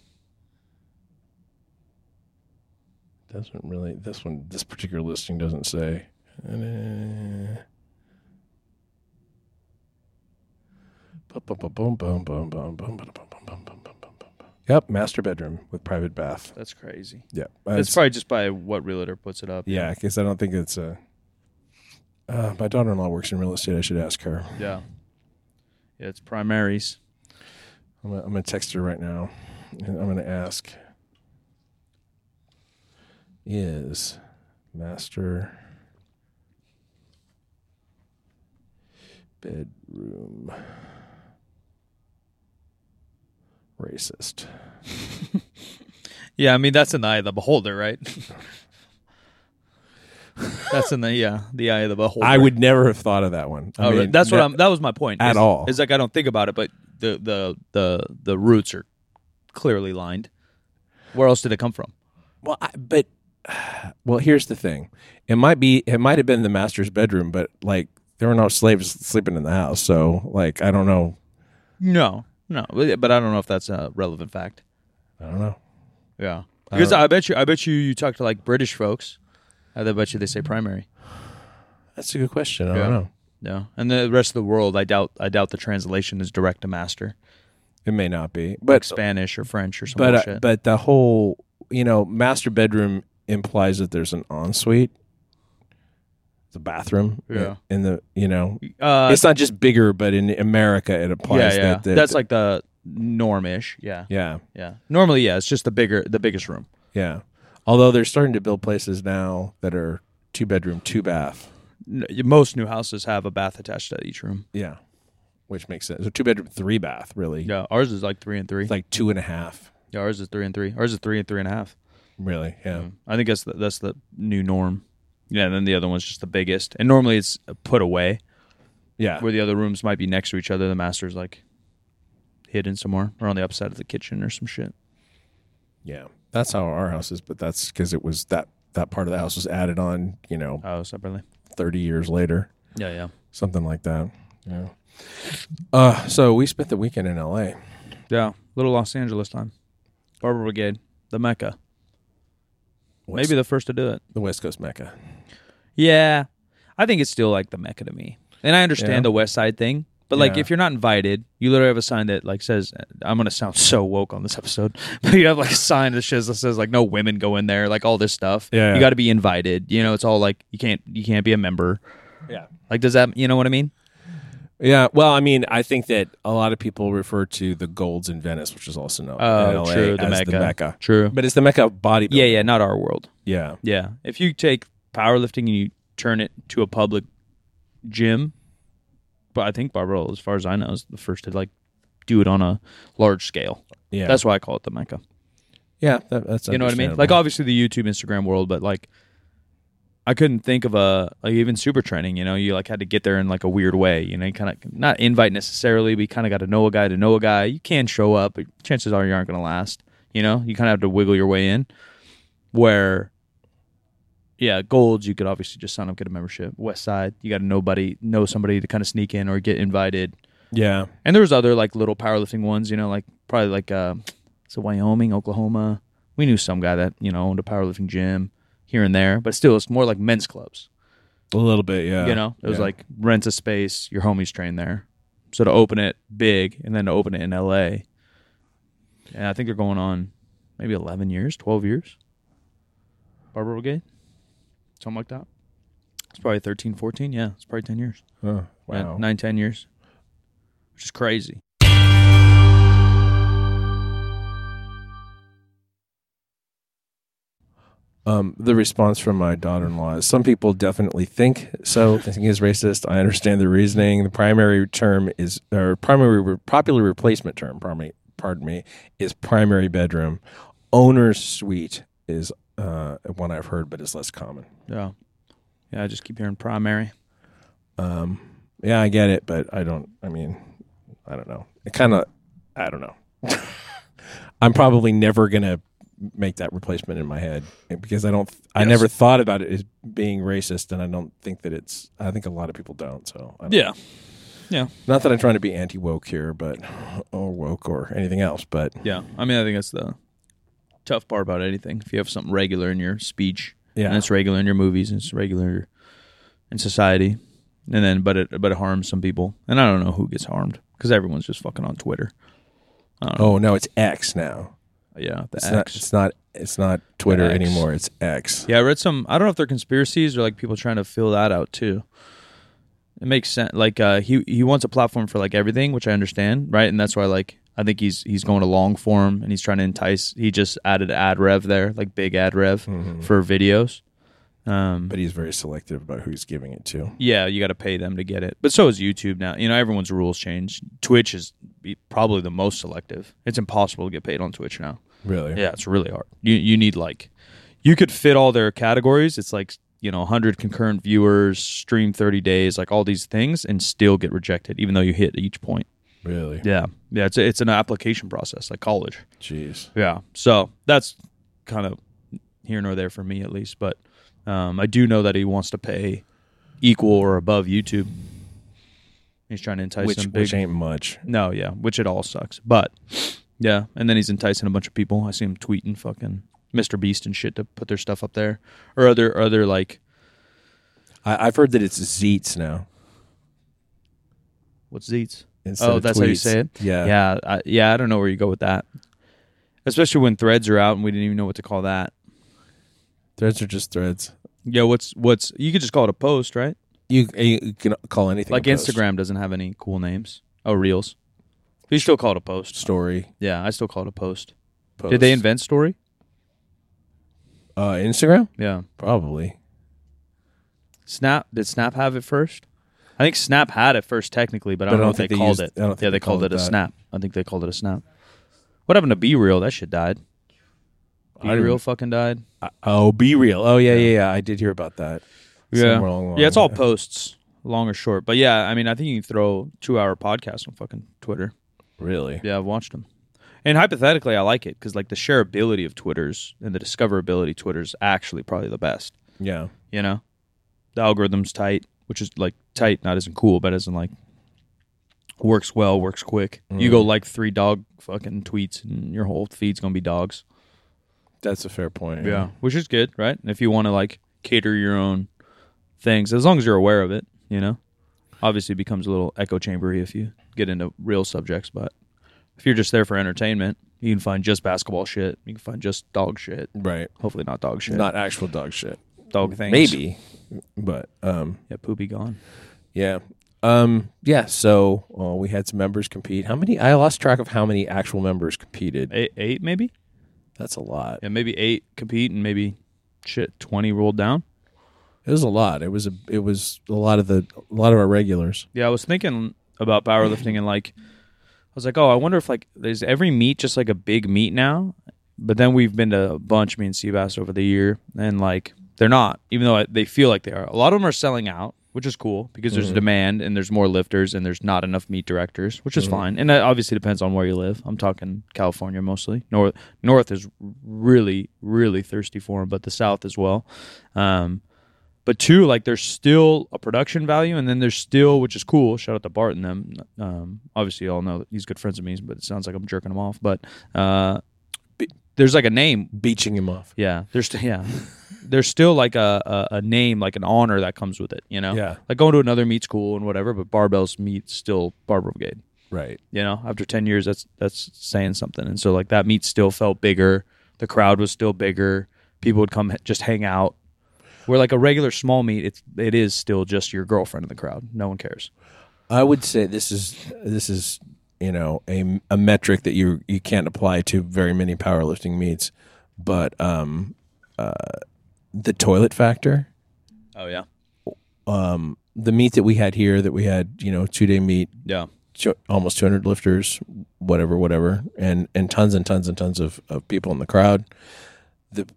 Speaker 2: Doesn't really. This one, this particular listing doesn't say. Uh, uh, Yep, master bedroom with private bath.
Speaker 1: That's crazy.
Speaker 2: Yeah,
Speaker 1: That's probably just by what realtor puts it up.
Speaker 2: yeah. Because I don't think it's a. Uh, my daughter-in-law works in real estate. I should ask her.
Speaker 1: Yeah. Yeah, it's primaries.
Speaker 2: I'm gonna, I'm gonna text her right now, and I'm gonna ask: Is master bedroom racist?
Speaker 1: Yeah, I mean that's in the eye of the beholder, right? that's in the yeah, the eye of the beholder.
Speaker 2: I would never have thought of that one. I
Speaker 1: Oh,
Speaker 2: mean,
Speaker 1: right. that's what
Speaker 2: that-
Speaker 1: I'm that was my point.
Speaker 2: At
Speaker 1: is-
Speaker 2: all.
Speaker 1: Is like I don't think about it, but the the the the roots are clearly lined. Where else did it come from?
Speaker 2: Well, I, but well, here's the thing: it might be, it might have been the master's bedroom, but like there were no slaves sleeping in the house, so like I don't know,
Speaker 1: No. No, but I don't know if that's a relevant fact.
Speaker 2: I don't know. Uh,
Speaker 1: Yeah, because I, bet you, I bet you, you talk to like British folks. I bet you they say primary.
Speaker 2: That's a good question. I
Speaker 1: Yeah.
Speaker 2: don't know.
Speaker 1: No, and the rest of the world, I doubt. I doubt the translation is direct to master,
Speaker 2: It may not be,
Speaker 1: like
Speaker 2: but
Speaker 1: Spanish or French or some
Speaker 2: but uh,
Speaker 1: bullshit.
Speaker 2: but the whole you know master bedroom implies that there's an ensuite, the bathroom. uh,
Speaker 1: Yeah.
Speaker 2: in the you know,
Speaker 1: uh,
Speaker 2: it's not just bigger, but in America it implies
Speaker 1: yeah, yeah,
Speaker 2: that, that
Speaker 1: that's like the normish. Yeah, yeah,
Speaker 2: yeah
Speaker 1: Normally, yeah, it's just the bigger, the biggest room.
Speaker 2: yeah. Although they're starting to build places now that are two bedroom, two bath.
Speaker 1: N- Most new houses have a bath attached to each room.
Speaker 2: Yeah, which makes sense. So two bedroom, three bath, really.
Speaker 1: Yeah, ours is like three and three.
Speaker 2: It's like two and a half,
Speaker 1: yeah, ours is three and three. Ours is three and three and a half.
Speaker 2: really. Yeah.
Speaker 1: I think that's the, that's the new norm. Yeah, and then the other one's just the biggest. And normally it's put away.
Speaker 2: Yeah.
Speaker 1: where the other rooms might be next to each other. The master's like hidden somewhere or on the upside of the kitchen or some shit.
Speaker 2: Yeah, that's how our house is, but that's because it was that that part of the house was added on, you know,
Speaker 1: Oh, separately.
Speaker 2: thirty years later,
Speaker 1: Yeah, yeah,
Speaker 2: something like that. Yeah. Uh, so we spent the weekend in L.A.
Speaker 1: yeah. Little Los Angeles time. Barber Brigade, the Mecca.
Speaker 2: West-
Speaker 1: Maybe the first to do it.
Speaker 2: the West Coast Mecca.
Speaker 1: Yeah, I think it's still like the Mecca to me, and I understand
Speaker 2: Yeah.
Speaker 1: the West Side thing. But like,
Speaker 2: Yeah.
Speaker 1: if you're not invited, you literally have a sign that like says, "I'm gonna sound so woke on this episode," but you have like a sign that says, that says like no women go in there, like all this stuff.
Speaker 2: Yeah.
Speaker 1: you got to be invited. You know, it's all like you can't you can't be a member.
Speaker 2: Yeah.
Speaker 1: Like, does that you know what I mean?
Speaker 2: Yeah. Well, I mean, I think that a lot of people refer to the Golds in Venice, which is also known in
Speaker 1: Oh,
Speaker 2: L.A.
Speaker 1: true. The
Speaker 2: as
Speaker 1: Mecca.
Speaker 2: the Mecca.
Speaker 1: True.
Speaker 2: But it's the Mecca of bodybuilding.
Speaker 1: yeah, yeah. Not our world.
Speaker 2: yeah.
Speaker 1: Yeah. If you take powerlifting and you turn it to a public gym, but I think Barbell, as far as I know, is the first to like do it on a large scale.
Speaker 2: Yeah.
Speaker 1: That's why I call it the Mecca.
Speaker 2: yeah. That, that's
Speaker 1: You know what I mean?
Speaker 2: understandable.
Speaker 1: Like obviously the YouTube, Instagram world, but like I couldn't think of a like even super training. You know, you like had to get there in like a weird way. You know, you kind of not invite necessarily, but you kind of got to know a guy to know a guy. You can show up, but chances are you aren't going to last. You know, you kind of have to wiggle your way in. Where, yeah, golds you could obviously just sign up, get a membership. West side you got to nobody know somebody to kind of sneak in or get invited.
Speaker 2: Yeah.
Speaker 1: And there was other like little powerlifting ones, you know, like probably like uh, so Wyoming, Oklahoma. We knew some guy that you know owned a powerlifting gym here and there, but still, it's more like men's clubs.
Speaker 2: A little bit, yeah.
Speaker 1: you know, it was
Speaker 2: Yeah.
Speaker 1: like rent a space, your homies train there. So to open it big and then to open it in L.A. And I think they're going on maybe eleven years, twelve years. Barber Brigade, something like that. It's probably 13, 14. Yeah, it's probably ten years.
Speaker 2: Huh.
Speaker 1: Yeah,
Speaker 2: Oh, wow.
Speaker 1: nine, ten years, which is crazy.
Speaker 2: Um, the response from my daughter-in-law is: Some people definitely think so. Thinking is racist. I understand the reasoning. The primary term is, or primary re- popular replacement term. Pardon me. Pardon me. Is primary bedroom, owner's suite is uh, one I've heard, but it's less common.
Speaker 1: Yeah, yeah. I just keep hearing primary.
Speaker 2: Yeah, I get it, but I don't. I mean, I don't know. It kind of, I don't know. I'm probably never gonna make that replacement in my head because I don't. I
Speaker 1: Yes.
Speaker 2: never thought about it as being racist, and I don't think that it's. I think a lot of people don't. So I don't,
Speaker 1: Yeah, yeah,
Speaker 2: not that I'm trying to be anti woke here, but or woke or anything else, but
Speaker 1: yeah. I mean, I think that's the tough part about anything. If you have something regular in your speech,
Speaker 2: Yeah.
Speaker 1: and it's regular in your movies, and it's regular in society, and then but it but it harms some people, and I don't know who gets harmed because everyone's just fucking on Twitter.
Speaker 2: oh no, it's X now.
Speaker 1: Yeah, the
Speaker 2: It's not.
Speaker 1: X.
Speaker 2: It's not. It's not Twitter
Speaker 1: X.
Speaker 2: anymore. It's X.
Speaker 1: Yeah, I read some. I don't know if they're conspiracies or like people trying to fill that out too. It makes sense. Like uh, he he wants a platform for like everything, which I understand, right? And that's why like I think he's he's going to long form and he's trying to entice. He just added ad rev there, like big ad rev for videos. Um,
Speaker 2: But he's very selective about who he's giving it to.
Speaker 1: yeah, you got to pay them to get it. But so is YouTube now. You know, everyone's rules change. Twitch is be- probably the most selective. It's impossible to get paid on Twitch now.
Speaker 2: Really?
Speaker 1: Yeah, it's really hard. You you need like you could fit all their categories. It's like you know 100 concurrent viewers, stream 30 days, like all these things, and still get rejected, even though you hit each point.
Speaker 2: Really?
Speaker 1: Yeah, yeah. It's a, it's an application process, like college.
Speaker 2: Jeez.
Speaker 1: Yeah. So that's kind of here nor there for me, at least. But um, I do know that he wants to pay equal or above YouTube. He's trying to entice
Speaker 2: Which,
Speaker 1: some big.
Speaker 2: which ain't much.
Speaker 1: No, yeah, which it all sucks. But yeah, and then he's enticing a bunch of people. I see him tweeting fucking Mr. Beast and shit to put their stuff up there, or other other like
Speaker 2: I, I've heard that it's Zeets now.
Speaker 1: what's Zeets?
Speaker 2: Instead
Speaker 1: Oh,
Speaker 2: of
Speaker 1: that's how you
Speaker 2: tweets.
Speaker 1: say it.
Speaker 2: Yeah.
Speaker 1: yeah, I, yeah. I don't know where you go with that, especially when threads are out and we didn't even know what to call that.
Speaker 2: Threads are just threads.
Speaker 1: Yeah, what's what's you could just call it a post, right?
Speaker 2: You, you can call anything
Speaker 1: Like
Speaker 2: a post.
Speaker 1: Instagram doesn't have any cool names. Oh, reels. You still call it a post.
Speaker 2: story.
Speaker 1: Yeah, I still call it a post.
Speaker 2: Post.
Speaker 1: Did they invent story?
Speaker 2: uh, Instagram?
Speaker 1: Yeah.
Speaker 2: Probably.
Speaker 1: Snap did Snap have it first? I think Snap had it first technically, but I don't, know if they,
Speaker 2: they
Speaker 1: called
Speaker 2: used-
Speaker 1: it.
Speaker 2: I don't think
Speaker 1: yeah,
Speaker 2: they
Speaker 1: they called it
Speaker 2: called
Speaker 1: a
Speaker 2: it that.
Speaker 1: Snap. I think they called it a Snap. What happened to B Real? That shit died. B
Speaker 2: didn't-
Speaker 1: Real fucking died.
Speaker 2: Oh, be real. Oh yeah, yeah, yeah. I did hear about that.
Speaker 1: Yeah,
Speaker 2: Somewhere along the
Speaker 1: yeah, it's all
Speaker 2: line.
Speaker 1: posts, long or short. But yeah, I mean, I think you can throw two-hour podcasts on fucking Twitter.
Speaker 2: Really?
Speaker 1: Yeah, I've watched them. And hypothetically, I like it because like the shareability of Twitter's and the discoverability of Twitter's actually probably the best.
Speaker 2: Yeah.
Speaker 1: you know the algorithm's tight which is like tight not isn't cool but isn't like works well works quick you
Speaker 2: Mm.
Speaker 1: go like three dog fucking tweets and your whole feed's gonna be dogs
Speaker 2: That's a fair point.
Speaker 1: which is good right and if you want to like cater your own things as long as you're aware of it you know obviously it becomes a little echo chambery if you get into real subjects but if you're just there for entertainment you can find just basketball shit you can find just dog shit
Speaker 2: Right.
Speaker 1: hopefully not dog shit
Speaker 2: Not actual dog shit.
Speaker 1: dog things
Speaker 2: Maybe. But um,
Speaker 1: yeah poopy gone
Speaker 2: yeah. Um, yeah. So uh, we had some members compete. How many? I lost track of how many actual members competed.
Speaker 1: eight, eight maybe
Speaker 2: That's a lot.
Speaker 1: yeah, maybe eight compete and maybe shit twenty rolled down.
Speaker 2: It was a lot. It was a. It was a lot of the. A lot of our regulars.
Speaker 1: Yeah, I was thinking about powerlifting and like I was like, oh, I wonder if like there's every meet just like a big meet now. But then we've been to a bunch, me and Seabass over the year, and like They're not, even though I- they feel like they are. A lot of them are selling out, which is cool because there's a demand and there's more lifters and there's not enough meat directors, which is fine. And that obviously depends on where you live. I'm talking California mostly. North North is really really thirsty for them, but the South as well. Um, but two, like there's still a production value, and then there's still, which is cool. Shout out to Bart and them. Um, obviously, you all know that he's good friends of mine, but it sounds like I'm jerking him off. But uh, there's like a name
Speaker 2: beaching him off.
Speaker 1: yeah, there's st- yeah, there's still like a, a a name, like an honor that comes with it. You know,
Speaker 2: Yeah.
Speaker 1: like going to another meat school and whatever, but barbells meat still bar brigade.
Speaker 2: Right.
Speaker 1: You know, after ten years, that's that's saying something. And so like that meat still felt bigger. The crowd was still bigger. People would come h- just hang out. Where like a regular small meet, it's it is still just your girlfriend in the crowd. No one cares.
Speaker 2: I would say this is this is you know a, a metric that you you can't apply to very many powerlifting meets, but um, uh, the toilet factor.
Speaker 1: Oh yeah,
Speaker 2: The meet that we had here, that we had you know two day meet,
Speaker 1: yeah,
Speaker 2: two- almost 200 lifters, whatever, whatever, and and tons and tons and tons of, of people in the crowd. The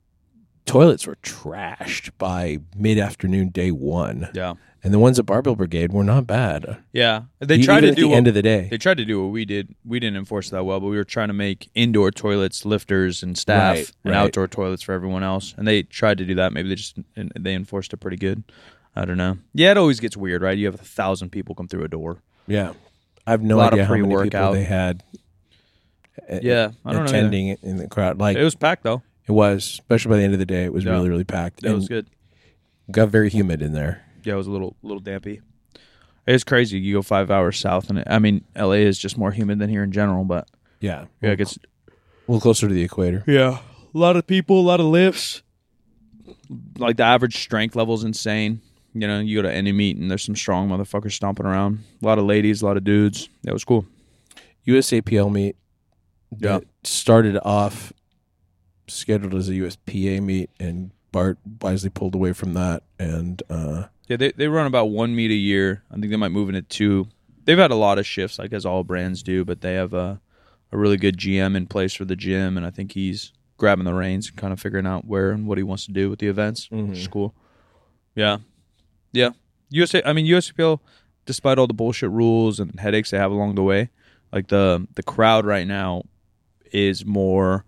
Speaker 2: toilets were trashed by mid afternoon day one,
Speaker 1: yeah,
Speaker 2: and the ones at Barbell Brigade were not bad.
Speaker 1: yeah. They
Speaker 2: E-
Speaker 1: try
Speaker 2: even
Speaker 1: to
Speaker 2: at
Speaker 1: do
Speaker 2: the
Speaker 1: what-
Speaker 2: end of the day.
Speaker 1: They tried to do what we did. We didn't enforce that well, but we were trying to make indoor toilets, lifters, and staff,
Speaker 2: Right,
Speaker 1: and
Speaker 2: right.
Speaker 1: outdoor toilets for everyone else. And they tried to do that. Maybe they just and they enforced it pretty good. I don't know. Yeah, it always gets weird, right? You have a thousand people come through a door.
Speaker 2: Yeah, I have no
Speaker 1: Lot of
Speaker 2: idea how many people
Speaker 1: pre-workout.
Speaker 2: they had. a-
Speaker 1: Yeah, I don't know either.
Speaker 2: attending it in the crowd. Like
Speaker 1: It was packed though.
Speaker 2: it was, especially by the end of the day, it was
Speaker 1: Yeah.
Speaker 2: really really packed.
Speaker 1: It was
Speaker 2: and
Speaker 1: good.
Speaker 2: Got very humid in there.
Speaker 1: Yeah, it was a little little dampy. It's crazy. You go five hours south, and it, I mean, LA is just more humid than here in general. But
Speaker 2: Yeah,
Speaker 1: yeah, it gets
Speaker 2: a little closer to the equator.
Speaker 1: Yeah. A lot of people, a lot of lifts. Like the average strength level is insane. You know, you go to any meet and there's some strong motherfuckers stomping around. A lot of ladies, a lot of dudes. That was cool.
Speaker 2: USAPL meet.
Speaker 1: Yeah.
Speaker 2: that started off scheduled as a USPA meet, and Bart wisely pulled away from that. And uh,
Speaker 1: Yeah, they, they run about one meet a year. I think they might move into two. They've had a lot of shifts, like as all brands do, but they have a, a really good GM in place for the gym. And I think he's grabbing the reins and kind of figuring out where and what he wants to do with the events, which is cool. Yeah. Yeah. USA, I mean, USAPL, despite all the bullshit rules and headaches they have along the way, like the the crowd right now is more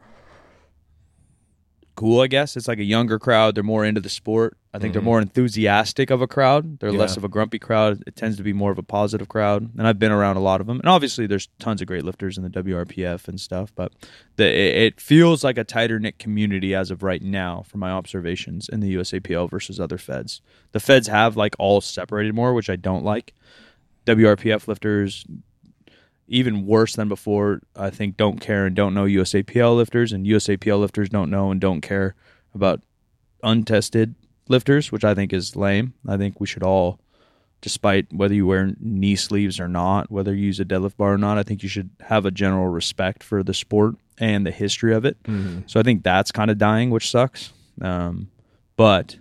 Speaker 1: cool, I guess. It's like a younger crowd. They're more into the sport. I think they're more enthusiastic of a crowd. They're less of a grumpy crowd. It tends to be more of a positive crowd. And I've been around a lot of them. And obviously, there's tons of great lifters in the WRPF and stuff. But the, it, it feels like a tighter knit community as of right now, from my observations in the USAPL versus other feds. The feds have like all separated more, which I don't like. WRPF lifters, even worse than before, I think don't care and don't know USAPL lifters, and USAPL lifters don't know and don't care about untested lifters, which I think is lame. I think we should all, despite whether you wear knee sleeves or not, whether you use a deadlift bar or not, I think you should have a general respect for the sport and the history of it. So I think that's kind of dying, which sucks. Um, but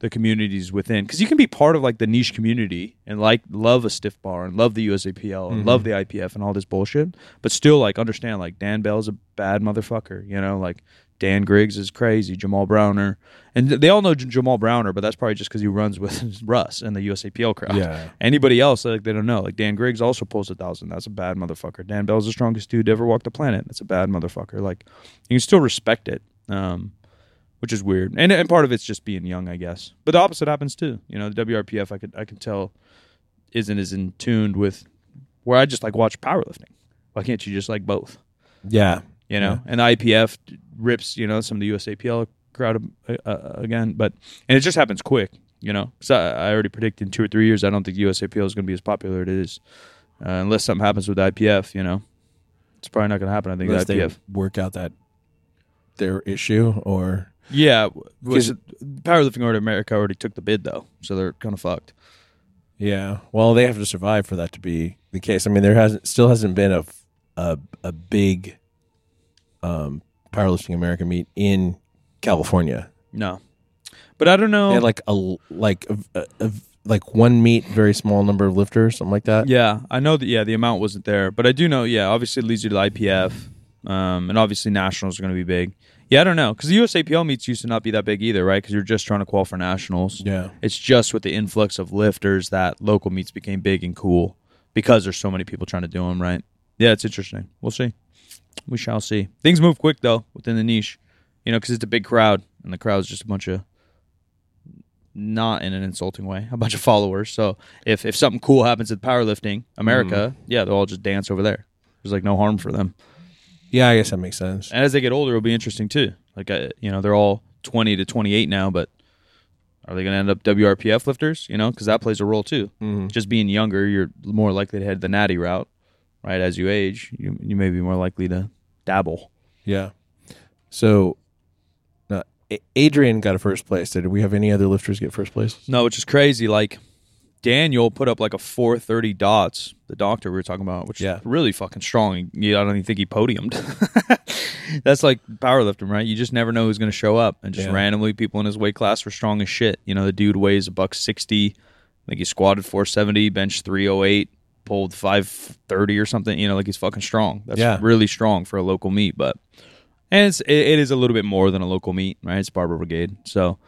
Speaker 1: the communities within because you can be part of like the niche community and like love a stiff bar and love the USAPL and love the IPF and all this bullshit, but still like understand like Dan Bell's a bad motherfucker, you know, like Dan Griggs is crazy, Jamal Browner, and th- they all know J- Jamal Browner, but that's probably just because he runs with Russ and the USAPL crowd.
Speaker 2: Yeah.
Speaker 1: Anybody else like they don't know, like Dan Griggs also pulls a thousand, that's a bad motherfucker. Dan Bell's the strongest dude to ever walk the planet, that's a bad motherfucker. Like you can still respect it. Um, which is weird. And and part of it's just being young, I guess. But the opposite happens too. You know, the WRPF I could I can tell isn't as in tuned with where I just like watch powerlifting. Why can't you just like both?
Speaker 2: yeah,
Speaker 1: You know, and the IPF rips you know some of the USAPL crowd uh, uh, again, but and it just happens quick. You know, because I, I already predict in two or three years I don't think USAPL is going to be as popular as it is, uh, unless something happens with IPF. You know, it's probably not going to happen. I think
Speaker 2: unless
Speaker 1: the
Speaker 2: they
Speaker 1: IPF.
Speaker 2: work out that their issue or
Speaker 1: Yeah, w- was
Speaker 2: 'Cause-
Speaker 1: it- Powerlifting Order of America already took the bid though, so they're kind of fucked.
Speaker 2: Yeah. Well, they have to survive for that to be the case. I mean, there hasn't still hasn't been a f- a, a big um, powerlifting American meet in California.
Speaker 1: No, but I don't know.
Speaker 2: They had like a l- like a, a- a- like one meet, very small number of lifters, something like that.
Speaker 1: yeah, I know that. Yeah, the amount wasn't there, but I do know. Yeah, obviously it leads you to the IPF. Um, and obviously nationals are going to be big. Yeah, I don't know because the USAPL meets used to not be that big either, right? Because you're just trying to qualify for nationals.
Speaker 2: Yeah.
Speaker 1: it's just with the influx of lifters that local meets became big and cool because there's so many people trying to do them, right? Yeah, it's interesting. We'll see. We shall see. Things move quick though within the niche, you know, because it's a big crowd and the crowd's just a bunch of not in an insulting way, a bunch of followers. So if if something cool happens at powerlifting America, yeah, they'll all just dance over there. There's like no harm for them.
Speaker 2: Yeah, I guess that makes sense.
Speaker 1: And as they get older, it'll be interesting too. Like I, you know, they're all twenty to twenty eight now, but are they going to end up WRPF lifters? You know, because that plays a role too. Just being younger, you're more likely to head the natty route, right? As you age, you you may be more likely to dabble.
Speaker 2: Yeah. So, uh, A- Adrian got a first place. Did we have any other lifters get first place?
Speaker 1: No, which is crazy. Like Daniel put up like a 430 dots, the doctor we were talking about, which
Speaker 2: Yeah.
Speaker 1: is really fucking strong. Yeah, I don't even think he podiumed. That's like powerlifting, right? You just never know who's going to show up. And just
Speaker 2: Yeah.
Speaker 1: randomly, people in his weight class were strong as shit. You know, the dude weighs a buck 60. I think he squatted 470, bench 308, pulled 530 or something. You know, like he's fucking strong. That's
Speaker 2: Yeah.
Speaker 1: really strong for a local meet, but. And it's, it, it is a little bit more than a local meet, right? It's Barber Brigade. So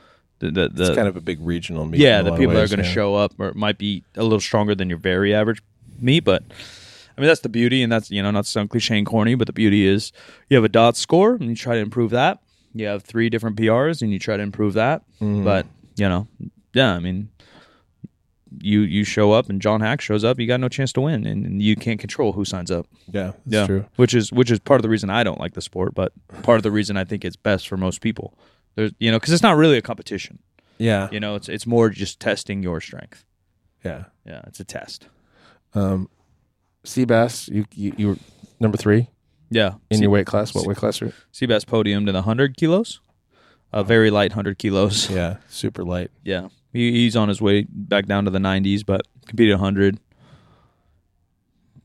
Speaker 1: the, the, the,
Speaker 2: It's kind of a big regional meet.
Speaker 1: yeah,
Speaker 2: in a
Speaker 1: the
Speaker 2: lot of
Speaker 1: people that are
Speaker 2: ways,
Speaker 1: going to
Speaker 2: yeah.
Speaker 1: show up or it might be a little stronger than your very average me, but I mean that's the beauty, and that's you know not to sound cliche and corny, but the beauty is you have a dot score and you try to improve that. You have three different PRs and you try to improve that,
Speaker 2: Mm-hmm.
Speaker 1: but you know, yeah, I mean, you you show up and John Hack shows up, you got no chance to win, and, and you can't control who signs up.
Speaker 2: Yeah, that's
Speaker 1: yeah,
Speaker 2: true.
Speaker 1: which is which is part of the reason I don't like the sport, but part of the reason I think it's best for most people. There's you know because it's not really a competition.
Speaker 2: Yeah,
Speaker 1: You know, it's it's more just testing your strength.
Speaker 2: yeah.
Speaker 1: Yeah, it's a test.
Speaker 2: Seabass, you, you you were number three
Speaker 1: Yeah,
Speaker 2: in your weight class. What weight class? Are you?
Speaker 1: Seabass podiumed in the hundred kilos, a very light hundred kilos. Yeah,
Speaker 2: Yeah, super light.
Speaker 1: He, he's on his way back down to the nineties, but competed hundred.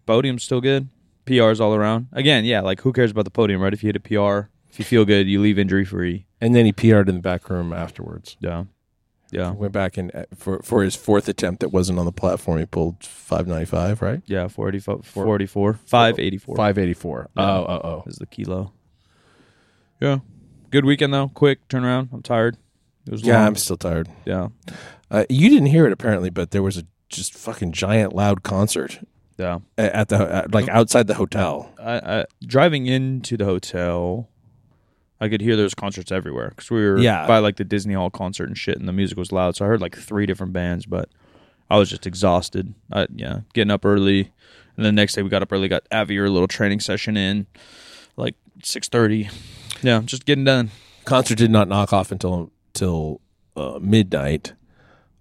Speaker 1: Podium's still good. PRs all around. Again, yeah, like who cares about the podium, right? If you hit a PR, if you feel good, you leave injury free.
Speaker 2: And then he PR'd in the back room afterwards.
Speaker 1: Yeah, yeah,
Speaker 2: Went back and uh, for for his fourth attempt that wasn't on the platform, he pulled five ninety five, right?
Speaker 1: yeah. 40, 44, 584.
Speaker 2: Five eighty four. Oh, oh, oh.
Speaker 1: is the kilo. Yeah, good weekend though. Quick turnaround. I'm tired. It was
Speaker 2: Yeah,
Speaker 1: long.
Speaker 2: I'm still tired.
Speaker 1: yeah,
Speaker 2: Uh, you didn't hear it apparently, but there was a just fucking giant loud concert
Speaker 1: yeah.
Speaker 2: a- at the at, like outside the hotel.
Speaker 1: I, I driving into the hotel, I could hear those concerts everywhere because we were
Speaker 2: Yeah.
Speaker 1: by like the Disney Hall concert and shit, and the music was loud. So I heard like three different bands, but I was just exhausted. I, yeah, getting up early, and the next day we got up early, got Avier a little training session in, like six thirty. Yeah, just getting done.
Speaker 2: Concert did not knock off until till uh, midnight.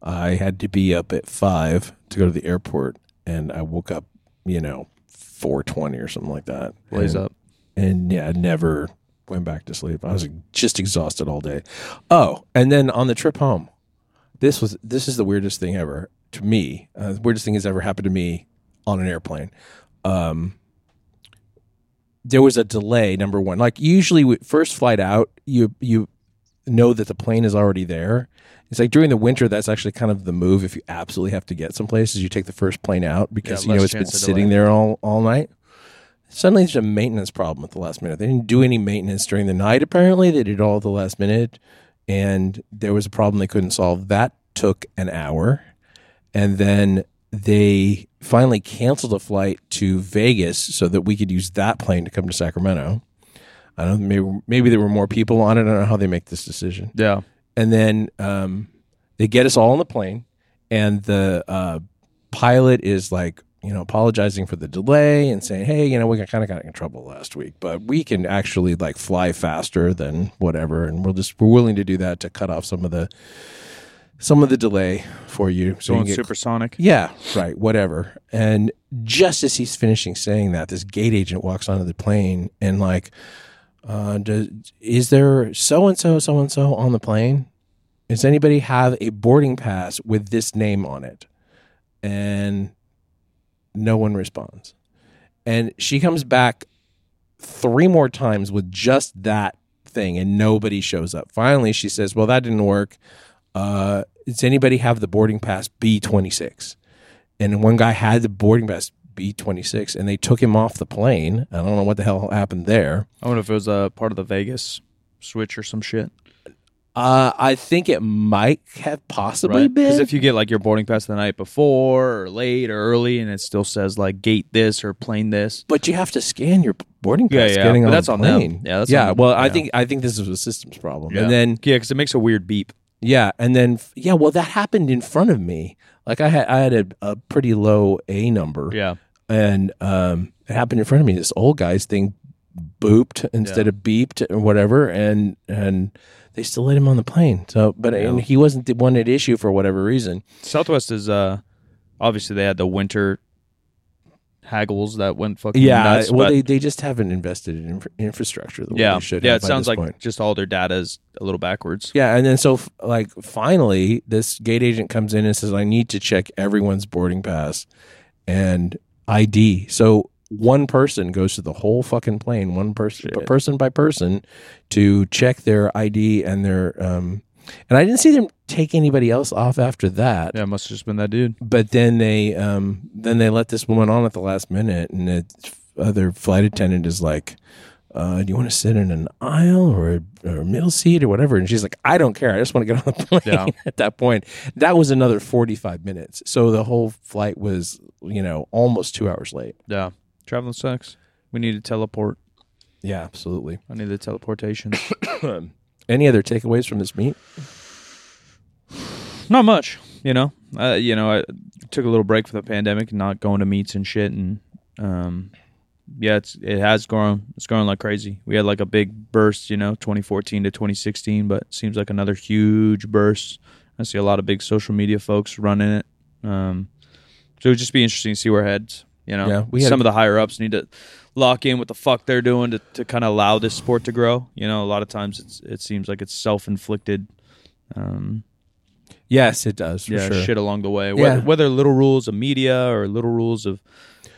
Speaker 2: I had to be up at five to go to the airport, and I woke up, you know, four twenty or something like that.
Speaker 1: Blaze
Speaker 2: And-
Speaker 1: up.
Speaker 2: and yeah, I never went back to sleep. I was just exhausted all day. Oh, and then on the trip home, this was this is the weirdest thing ever to me. Uh, the weirdest thing has ever happened to me on an airplane. Um, there was a delay. Number one, like usually with first flight out, you you know that the plane is already there. It's like during the winter, that's actually kind of the move. If you absolutely have to get someplace, is you take the first plane out because
Speaker 1: Yeah,
Speaker 2: you know
Speaker 1: less
Speaker 2: it's been
Speaker 1: chance of
Speaker 2: sitting there all all night. Suddenly, there's a maintenance problem at the last minute. They didn't do any maintenance during the night. Apparently, they did all at the last minute, and there was a problem they couldn't solve. That took an hour, and then they finally canceled a flight to Vegas so that we could use that plane to come to Sacramento. I don't know, maybe maybe there were more people on it. I don't know how they make this decision
Speaker 1: Yeah,
Speaker 2: and then um, they get us all on the plane, and the uh, pilot is like, you know, apologizing for the delay and saying, "Hey, you know, we got kind of got in trouble last week, but we can actually like fly faster than whatever, and we'll just we're willing to do that to cut off some of the some of the delay for you, so you
Speaker 1: going
Speaker 2: can get
Speaker 1: supersonic.
Speaker 2: yeah, right, whatever. And just as he's finishing saying that, this gate agent walks onto the plane and like, uh, does, is there so and so, so and so on the plane? Does anybody have a boarding pass with this name on it? And no one responds. And she comes back three more times with just that thing, and nobody shows up. Finally, she says, "Well, that didn't work." uh, does anybody have the boarding pass B26? And one guy had the boarding pass B 26, and they took him off the plane. I don't know what the hell happened there.
Speaker 1: I wonder if it was a part of the Vegas switch or some shit.
Speaker 2: Uh, I think it might have possibly
Speaker 1: Right? Because
Speaker 2: been.
Speaker 1: if you get like your boarding pass the night before or late or early, and it still says like gate this or plane this,
Speaker 2: but you have to scan your boarding
Speaker 1: Yeah,
Speaker 2: pass
Speaker 1: yeah,
Speaker 2: getting
Speaker 1: but
Speaker 2: on
Speaker 1: that's
Speaker 2: the
Speaker 1: on them.
Speaker 2: plane.
Speaker 1: Yeah, that's
Speaker 2: yeah.
Speaker 1: on-
Speaker 2: well, I
Speaker 1: yeah.
Speaker 2: think I think this was a systems problem.
Speaker 1: Yeah.
Speaker 2: And then
Speaker 1: yeah, because it makes a weird beep.
Speaker 2: yeah, and then f- yeah. Well, that happened in front of me. Like I had I had a, a pretty low A number.
Speaker 1: Yeah,
Speaker 2: and um, it happened in front of me. This old guy's thing booped instead
Speaker 1: Yeah.
Speaker 2: of beeped or whatever, and and they still let him on the plane. So, but and he wasn't the one at issue for whatever reason.
Speaker 1: Southwest is uh obviously they had the winter haggles that went fucking nuts,
Speaker 2: well,
Speaker 1: but-
Speaker 2: they, they just haven't invested in infra- infrastructure the way
Speaker 1: yeah,
Speaker 2: they should.
Speaker 1: yeah. It
Speaker 2: have by
Speaker 1: sounds
Speaker 2: this
Speaker 1: like
Speaker 2: point.
Speaker 1: just all their data is a little backwards.
Speaker 2: Yeah, and then so f- like finally, this gate agent comes in and says, "I need to check everyone's boarding pass and ID." So one person goes to the whole fucking plane, one person, person by person, to check their ID and their. um And I didn't see them take anybody else off after that.
Speaker 1: Yeah, it must have just been that dude.
Speaker 2: But then they, um then they let this woman on at the last minute, and the other flight attendant is like. Uh, do you want to sit in an aisle or a, or a middle seat or whatever? And she's like, I don't care. I just want to get on the plane
Speaker 1: Yeah.
Speaker 2: at that point. That was another 45 minutes. So the whole flight was, you know, almost two hours late.
Speaker 1: Yeah, traveling sucks. We need to teleport.
Speaker 2: Yeah, absolutely.
Speaker 1: I need the teleportation.
Speaker 2: Any other takeaways from this meet?
Speaker 1: not much, you know. Uh, you know, I took a little break for the pandemic, not going to meets and shit, and um, yeah, it's it has grown. It's grown like crazy. We had like a big burst, you know, 2014 to 2016, but it seems like another huge burst. I see a lot of big social media folks running it. Um, so it would just be interesting to see where it heads. You know,
Speaker 2: Yeah, we had-
Speaker 1: some of the higher ups need to lock in what the fuck they're doing to, to kind of allow this sport to grow. You know, a lot of times it's, it seems like it's self inflicted. Um,
Speaker 2: Yes, it does. For
Speaker 1: yeah,
Speaker 2: sure.
Speaker 1: shit along the way.
Speaker 2: Yeah.
Speaker 1: Whether, whether little rules of media or little rules of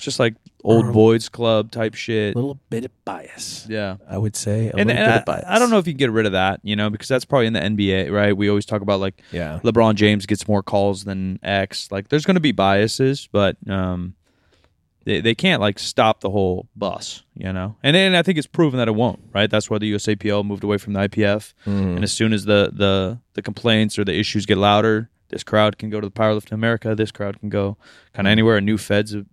Speaker 1: just like old boys club type shit.
Speaker 2: A Um, little bit of bias.
Speaker 1: yeah.
Speaker 2: I would say a
Speaker 1: And,
Speaker 2: little
Speaker 1: and
Speaker 2: bit
Speaker 1: I,
Speaker 2: of bias.
Speaker 1: I don't know if you can get rid of that, you know, because that's probably in the NBA, right? We always talk about like
Speaker 2: Yeah.
Speaker 1: LeBron James gets more calls than X. Like there's going to be biases, but um, they, they can't like stop the whole bus, you know? And, and I think it's proven that it won't, right? That's why the USAPL moved away from the IPF. And as soon as the, the, the complaints or the issues get louder, this crowd can go to the Powerlifting America. This crowd can go kind of anywhere. A new Fed's, a-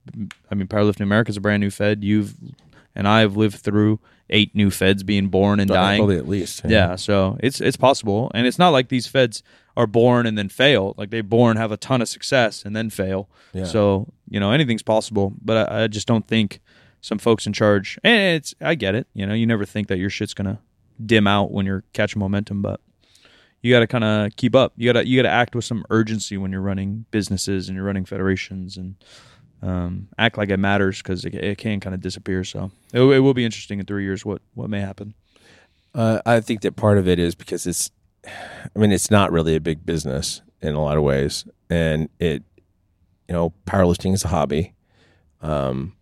Speaker 1: I mean, Powerlifting America is a brand new Fed. You've and I have lived through eight new Feds being born and dying.
Speaker 2: Probably at least.
Speaker 1: Yeah, so it's it's possible, and it's not like these feds are born and then fail. Like they born have a ton of success and then fail. So you know anything's possible, but I, I just don't think some folks in charge. And it's I get it. You know, you never think that your shit's gonna dim out when you're catching momentum, but you got to kind of keep up. You got to you got to act with some urgency when you're running businesses and you're running federations and. Um, act like it matters because it, it can kind of disappear. So it, it will be interesting in three years what what may happen.
Speaker 2: Uh, I think that part of it is because it's, I mean, it's not really a big business in a lot of ways, and it, you know, powerlifting is a hobby, um,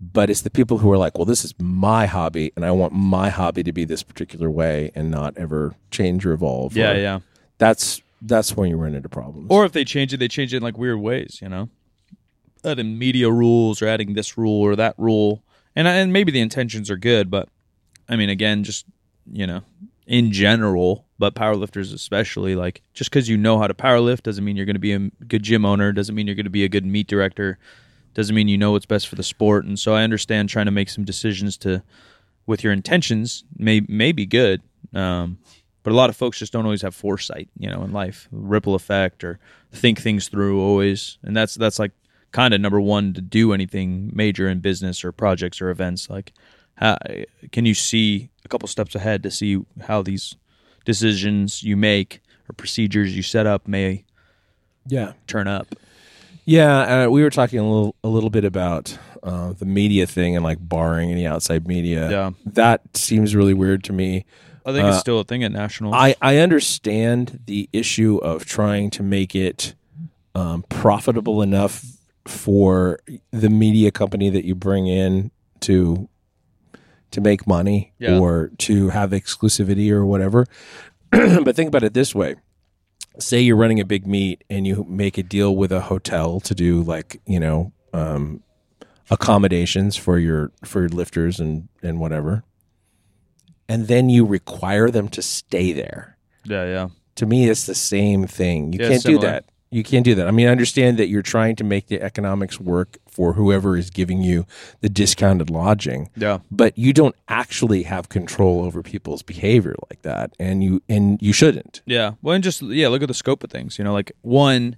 Speaker 2: but it's the people who are like, well, this is my hobby, and I want my hobby to be this particular way, and not ever change or evolve.
Speaker 1: Yeah,
Speaker 2: or-
Speaker 1: yeah.
Speaker 2: That's that's when you run into problems.
Speaker 1: Or if they change it, they change it in like weird ways, you know, adding media rules or adding this rule or that rule, and and maybe the intentions are good, but I mean, again, just you know, in general, but powerlifters especially, like just because you know how to powerlift doesn't mean you're going to be a good gym owner, doesn't mean you're going to be a good meat director, doesn't mean you know what's best for the sport. And so I understand trying to make some decisions to with your intentions may may be good. Um, but a lot of folks just don't always have foresight, you know, in life, ripple effect or think things through always. And that's that's like kind of number one to do anything major in business or projects or events. Like, how, can you see a couple steps ahead to see how these decisions you make or procedures you set up may
Speaker 2: yeah,
Speaker 1: turn up?
Speaker 2: Yeah, uh, we were talking a little a little bit about uh, the media thing and like barring any outside media.
Speaker 1: Yeah.
Speaker 2: that seems really weird to me.
Speaker 1: I think it's still a thing at nationals.
Speaker 2: I I understand the issue of trying to make it um, profitable enough for the media company that you bring in to to make money
Speaker 1: Yeah.
Speaker 2: or to have exclusivity or whatever. but think about it this way say you're running a big meet and you make a deal with a hotel to do like you know um, accommodations for your for your lifters and and whatever, and then you require them to stay there.
Speaker 1: Yeah, yeah.
Speaker 2: To me, it's the same thing. You
Speaker 1: Yeah,
Speaker 2: can't do
Speaker 1: similar.
Speaker 2: that. You can't do that. I mean, I understand that you're trying to make the economics work for whoever is giving you the discounted lodging,
Speaker 1: Yeah.
Speaker 2: but you don't actually have control over people's behavior like that, and you and you shouldn't.
Speaker 1: Yeah. Well, and just yeah, look at the scope of things. You know, like one,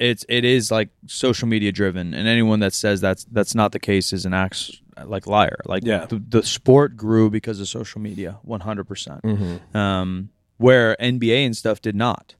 Speaker 1: it's it is like social media driven, and anyone that says that's that's not the case is an ax like liar. Like
Speaker 2: Yeah.
Speaker 1: the, the sport grew because of social media, one hundred percent. Um, where NBA and stuff did not.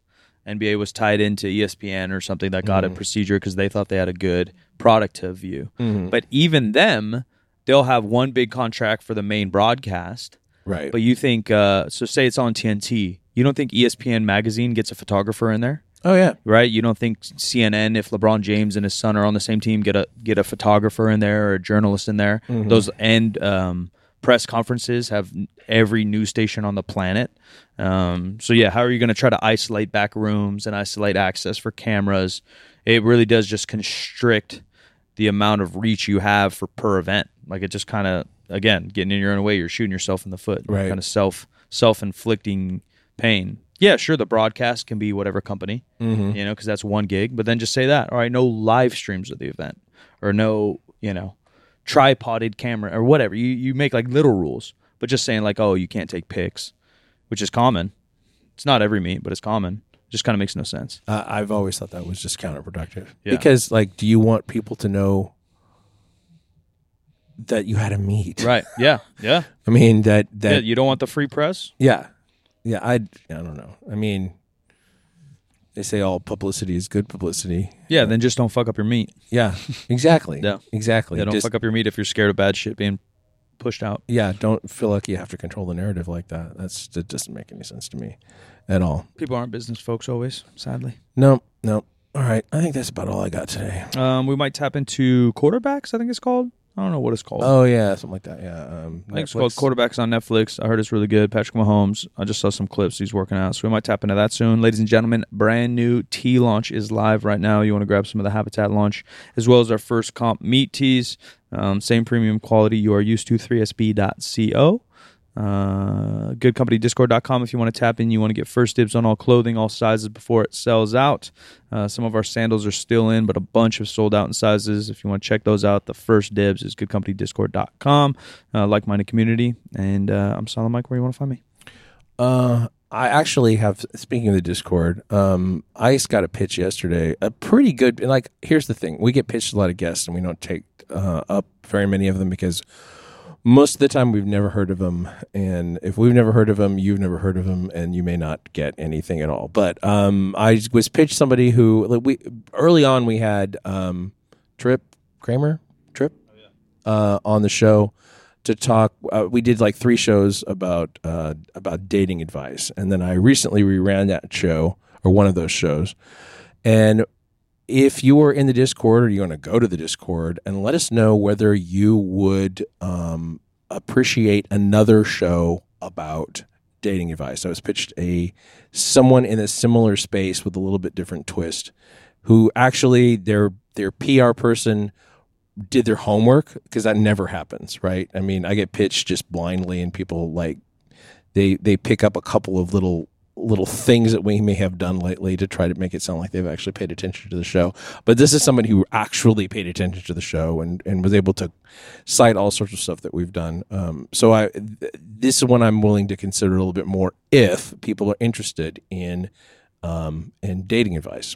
Speaker 1: NBA was tied into E ESPN or something that got a procedure because they thought they had a good product to view. But even them, they'll have one big contract for the main broadcast.
Speaker 2: Right.
Speaker 1: But you think uh, so? Say it's on TNT. You don't think E ESPN magazine gets a photographer in there,
Speaker 2: oh yeah.
Speaker 1: right? You don't think CNN, if LeBron James and his son are on the same team, get a get a photographer in there or a journalist in there. Those and um, press conferences have every news station on the planet. Um, so yeah, how are you going to try to isolate back rooms and isolate access for cameras? It really does just constrict the amount of reach you have for per event. Like it just kind of again getting in your own way. You're shooting yourself in the foot.
Speaker 2: Right.
Speaker 1: Kind of self self inflicting pain. Yeah, sure. The broadcast can be whatever company, you know, because that's one gig. But then just say that. All right, no live streams of the event, or no, you know, tripoded camera or whatever. You you make like little rules, but just saying like, oh, you can't take pics, which is common. It's not every meet, but it's common. Just kind of makes no sense.
Speaker 2: Uh, I've always thought that was just counterproductive
Speaker 1: Yeah.
Speaker 2: because, like, do you want people to know that you had a meet?
Speaker 1: Right? Yeah. Yeah.
Speaker 2: I mean that
Speaker 1: Yeah.
Speaker 2: that yeah,
Speaker 1: You don't want the free press.
Speaker 2: yeah, I I don't know. I mean, they say all publicity is good publicity.
Speaker 1: Yeah. Then just don't fuck up your meet.
Speaker 2: Yeah, exactly.
Speaker 1: Yeah.
Speaker 2: exactly.
Speaker 1: Yeah, don't
Speaker 2: Just-
Speaker 1: fuck up your meat if you're scared of bad shit being pushed out.
Speaker 2: yeah, don't feel like you have to control the narrative like that. That's that doesn't make any sense to me at all.
Speaker 1: People aren't business folks always, sadly.
Speaker 2: No, no. All right, I think that's about all I got today.
Speaker 1: Um, we might tap into quarterbacks. I think it's called. I don't know what it's called.
Speaker 2: Oh yeah, something like that. Yeah, um,
Speaker 1: I think it's
Speaker 2: Netflix.
Speaker 1: called Quarterbacks on Netflix. I heard it's really good. Patrick Mahomes. I just saw some clips. He's working out, so we might tap into that soon. Ladies and gentlemen, brand new tea launch is live right now. You want to grab some of the Habitat launch as well as our first comp meat teas. Um, same premium quality you are used to. 3sb.co. Uh, goodcompany.discord.com if you want to tap in. You want to get first dibs on all clothing, all sizes before it sells out. Uh, some of our sandals are still in, but a bunch have sold out in sizes. If you want to check those out, the first dibs is goodcompany.discord.com. Uh, like minded community. And uh, I'm Solid Mike. Where you want to find me?
Speaker 2: Uh, I actually have. Speaking of the Discord, um, I just got a pitch yesterday. A pretty good. And like, here's the thing: we get pitched a lot of guests, and we don't take uh, up very many of them because most of the time we've never heard of them. And if we've never heard of them, you've never heard of them, and you may not get anything at all. But um, I was pitched somebody who like, we early on we had um, Trip Kramer Trip uh, on the show to talk. Uh, we did like three shows about uh, about dating advice, and then I recently reran that show or one of those shows. And if you are in the Discord or you want to go to the Discord and let us know whether you would um, appreciate another show about dating advice. I was pitched a someone in a similar space with a little bit different twist, who actually their their PR person did their homework because that never happens, right? I mean, I get pitched just blindly, and people like they they pick up a couple of little little things that we may have done lately to try to make it sound like they've actually paid attention to the show. But this is somebody who actually paid attention to the show and and was able to cite all sorts of stuff that we've done. Um, so I th- this is one I'm willing to consider a little bit more if people are interested in um, in dating advice.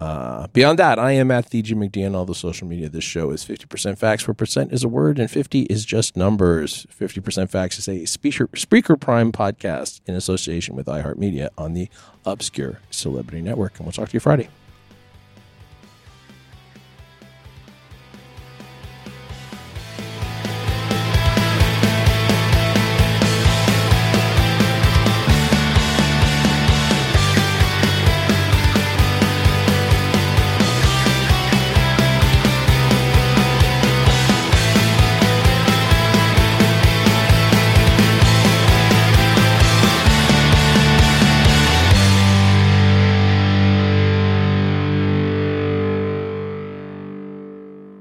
Speaker 2: Uh, beyond that, I am at the G McD on all the social media. This show is 50% facts, where percent is a word and 50 is just numbers. 50% facts is a speaker, speaker prime podcast in association with iHeartMedia on the Obscure Celebrity Network. And we'll talk to you Friday.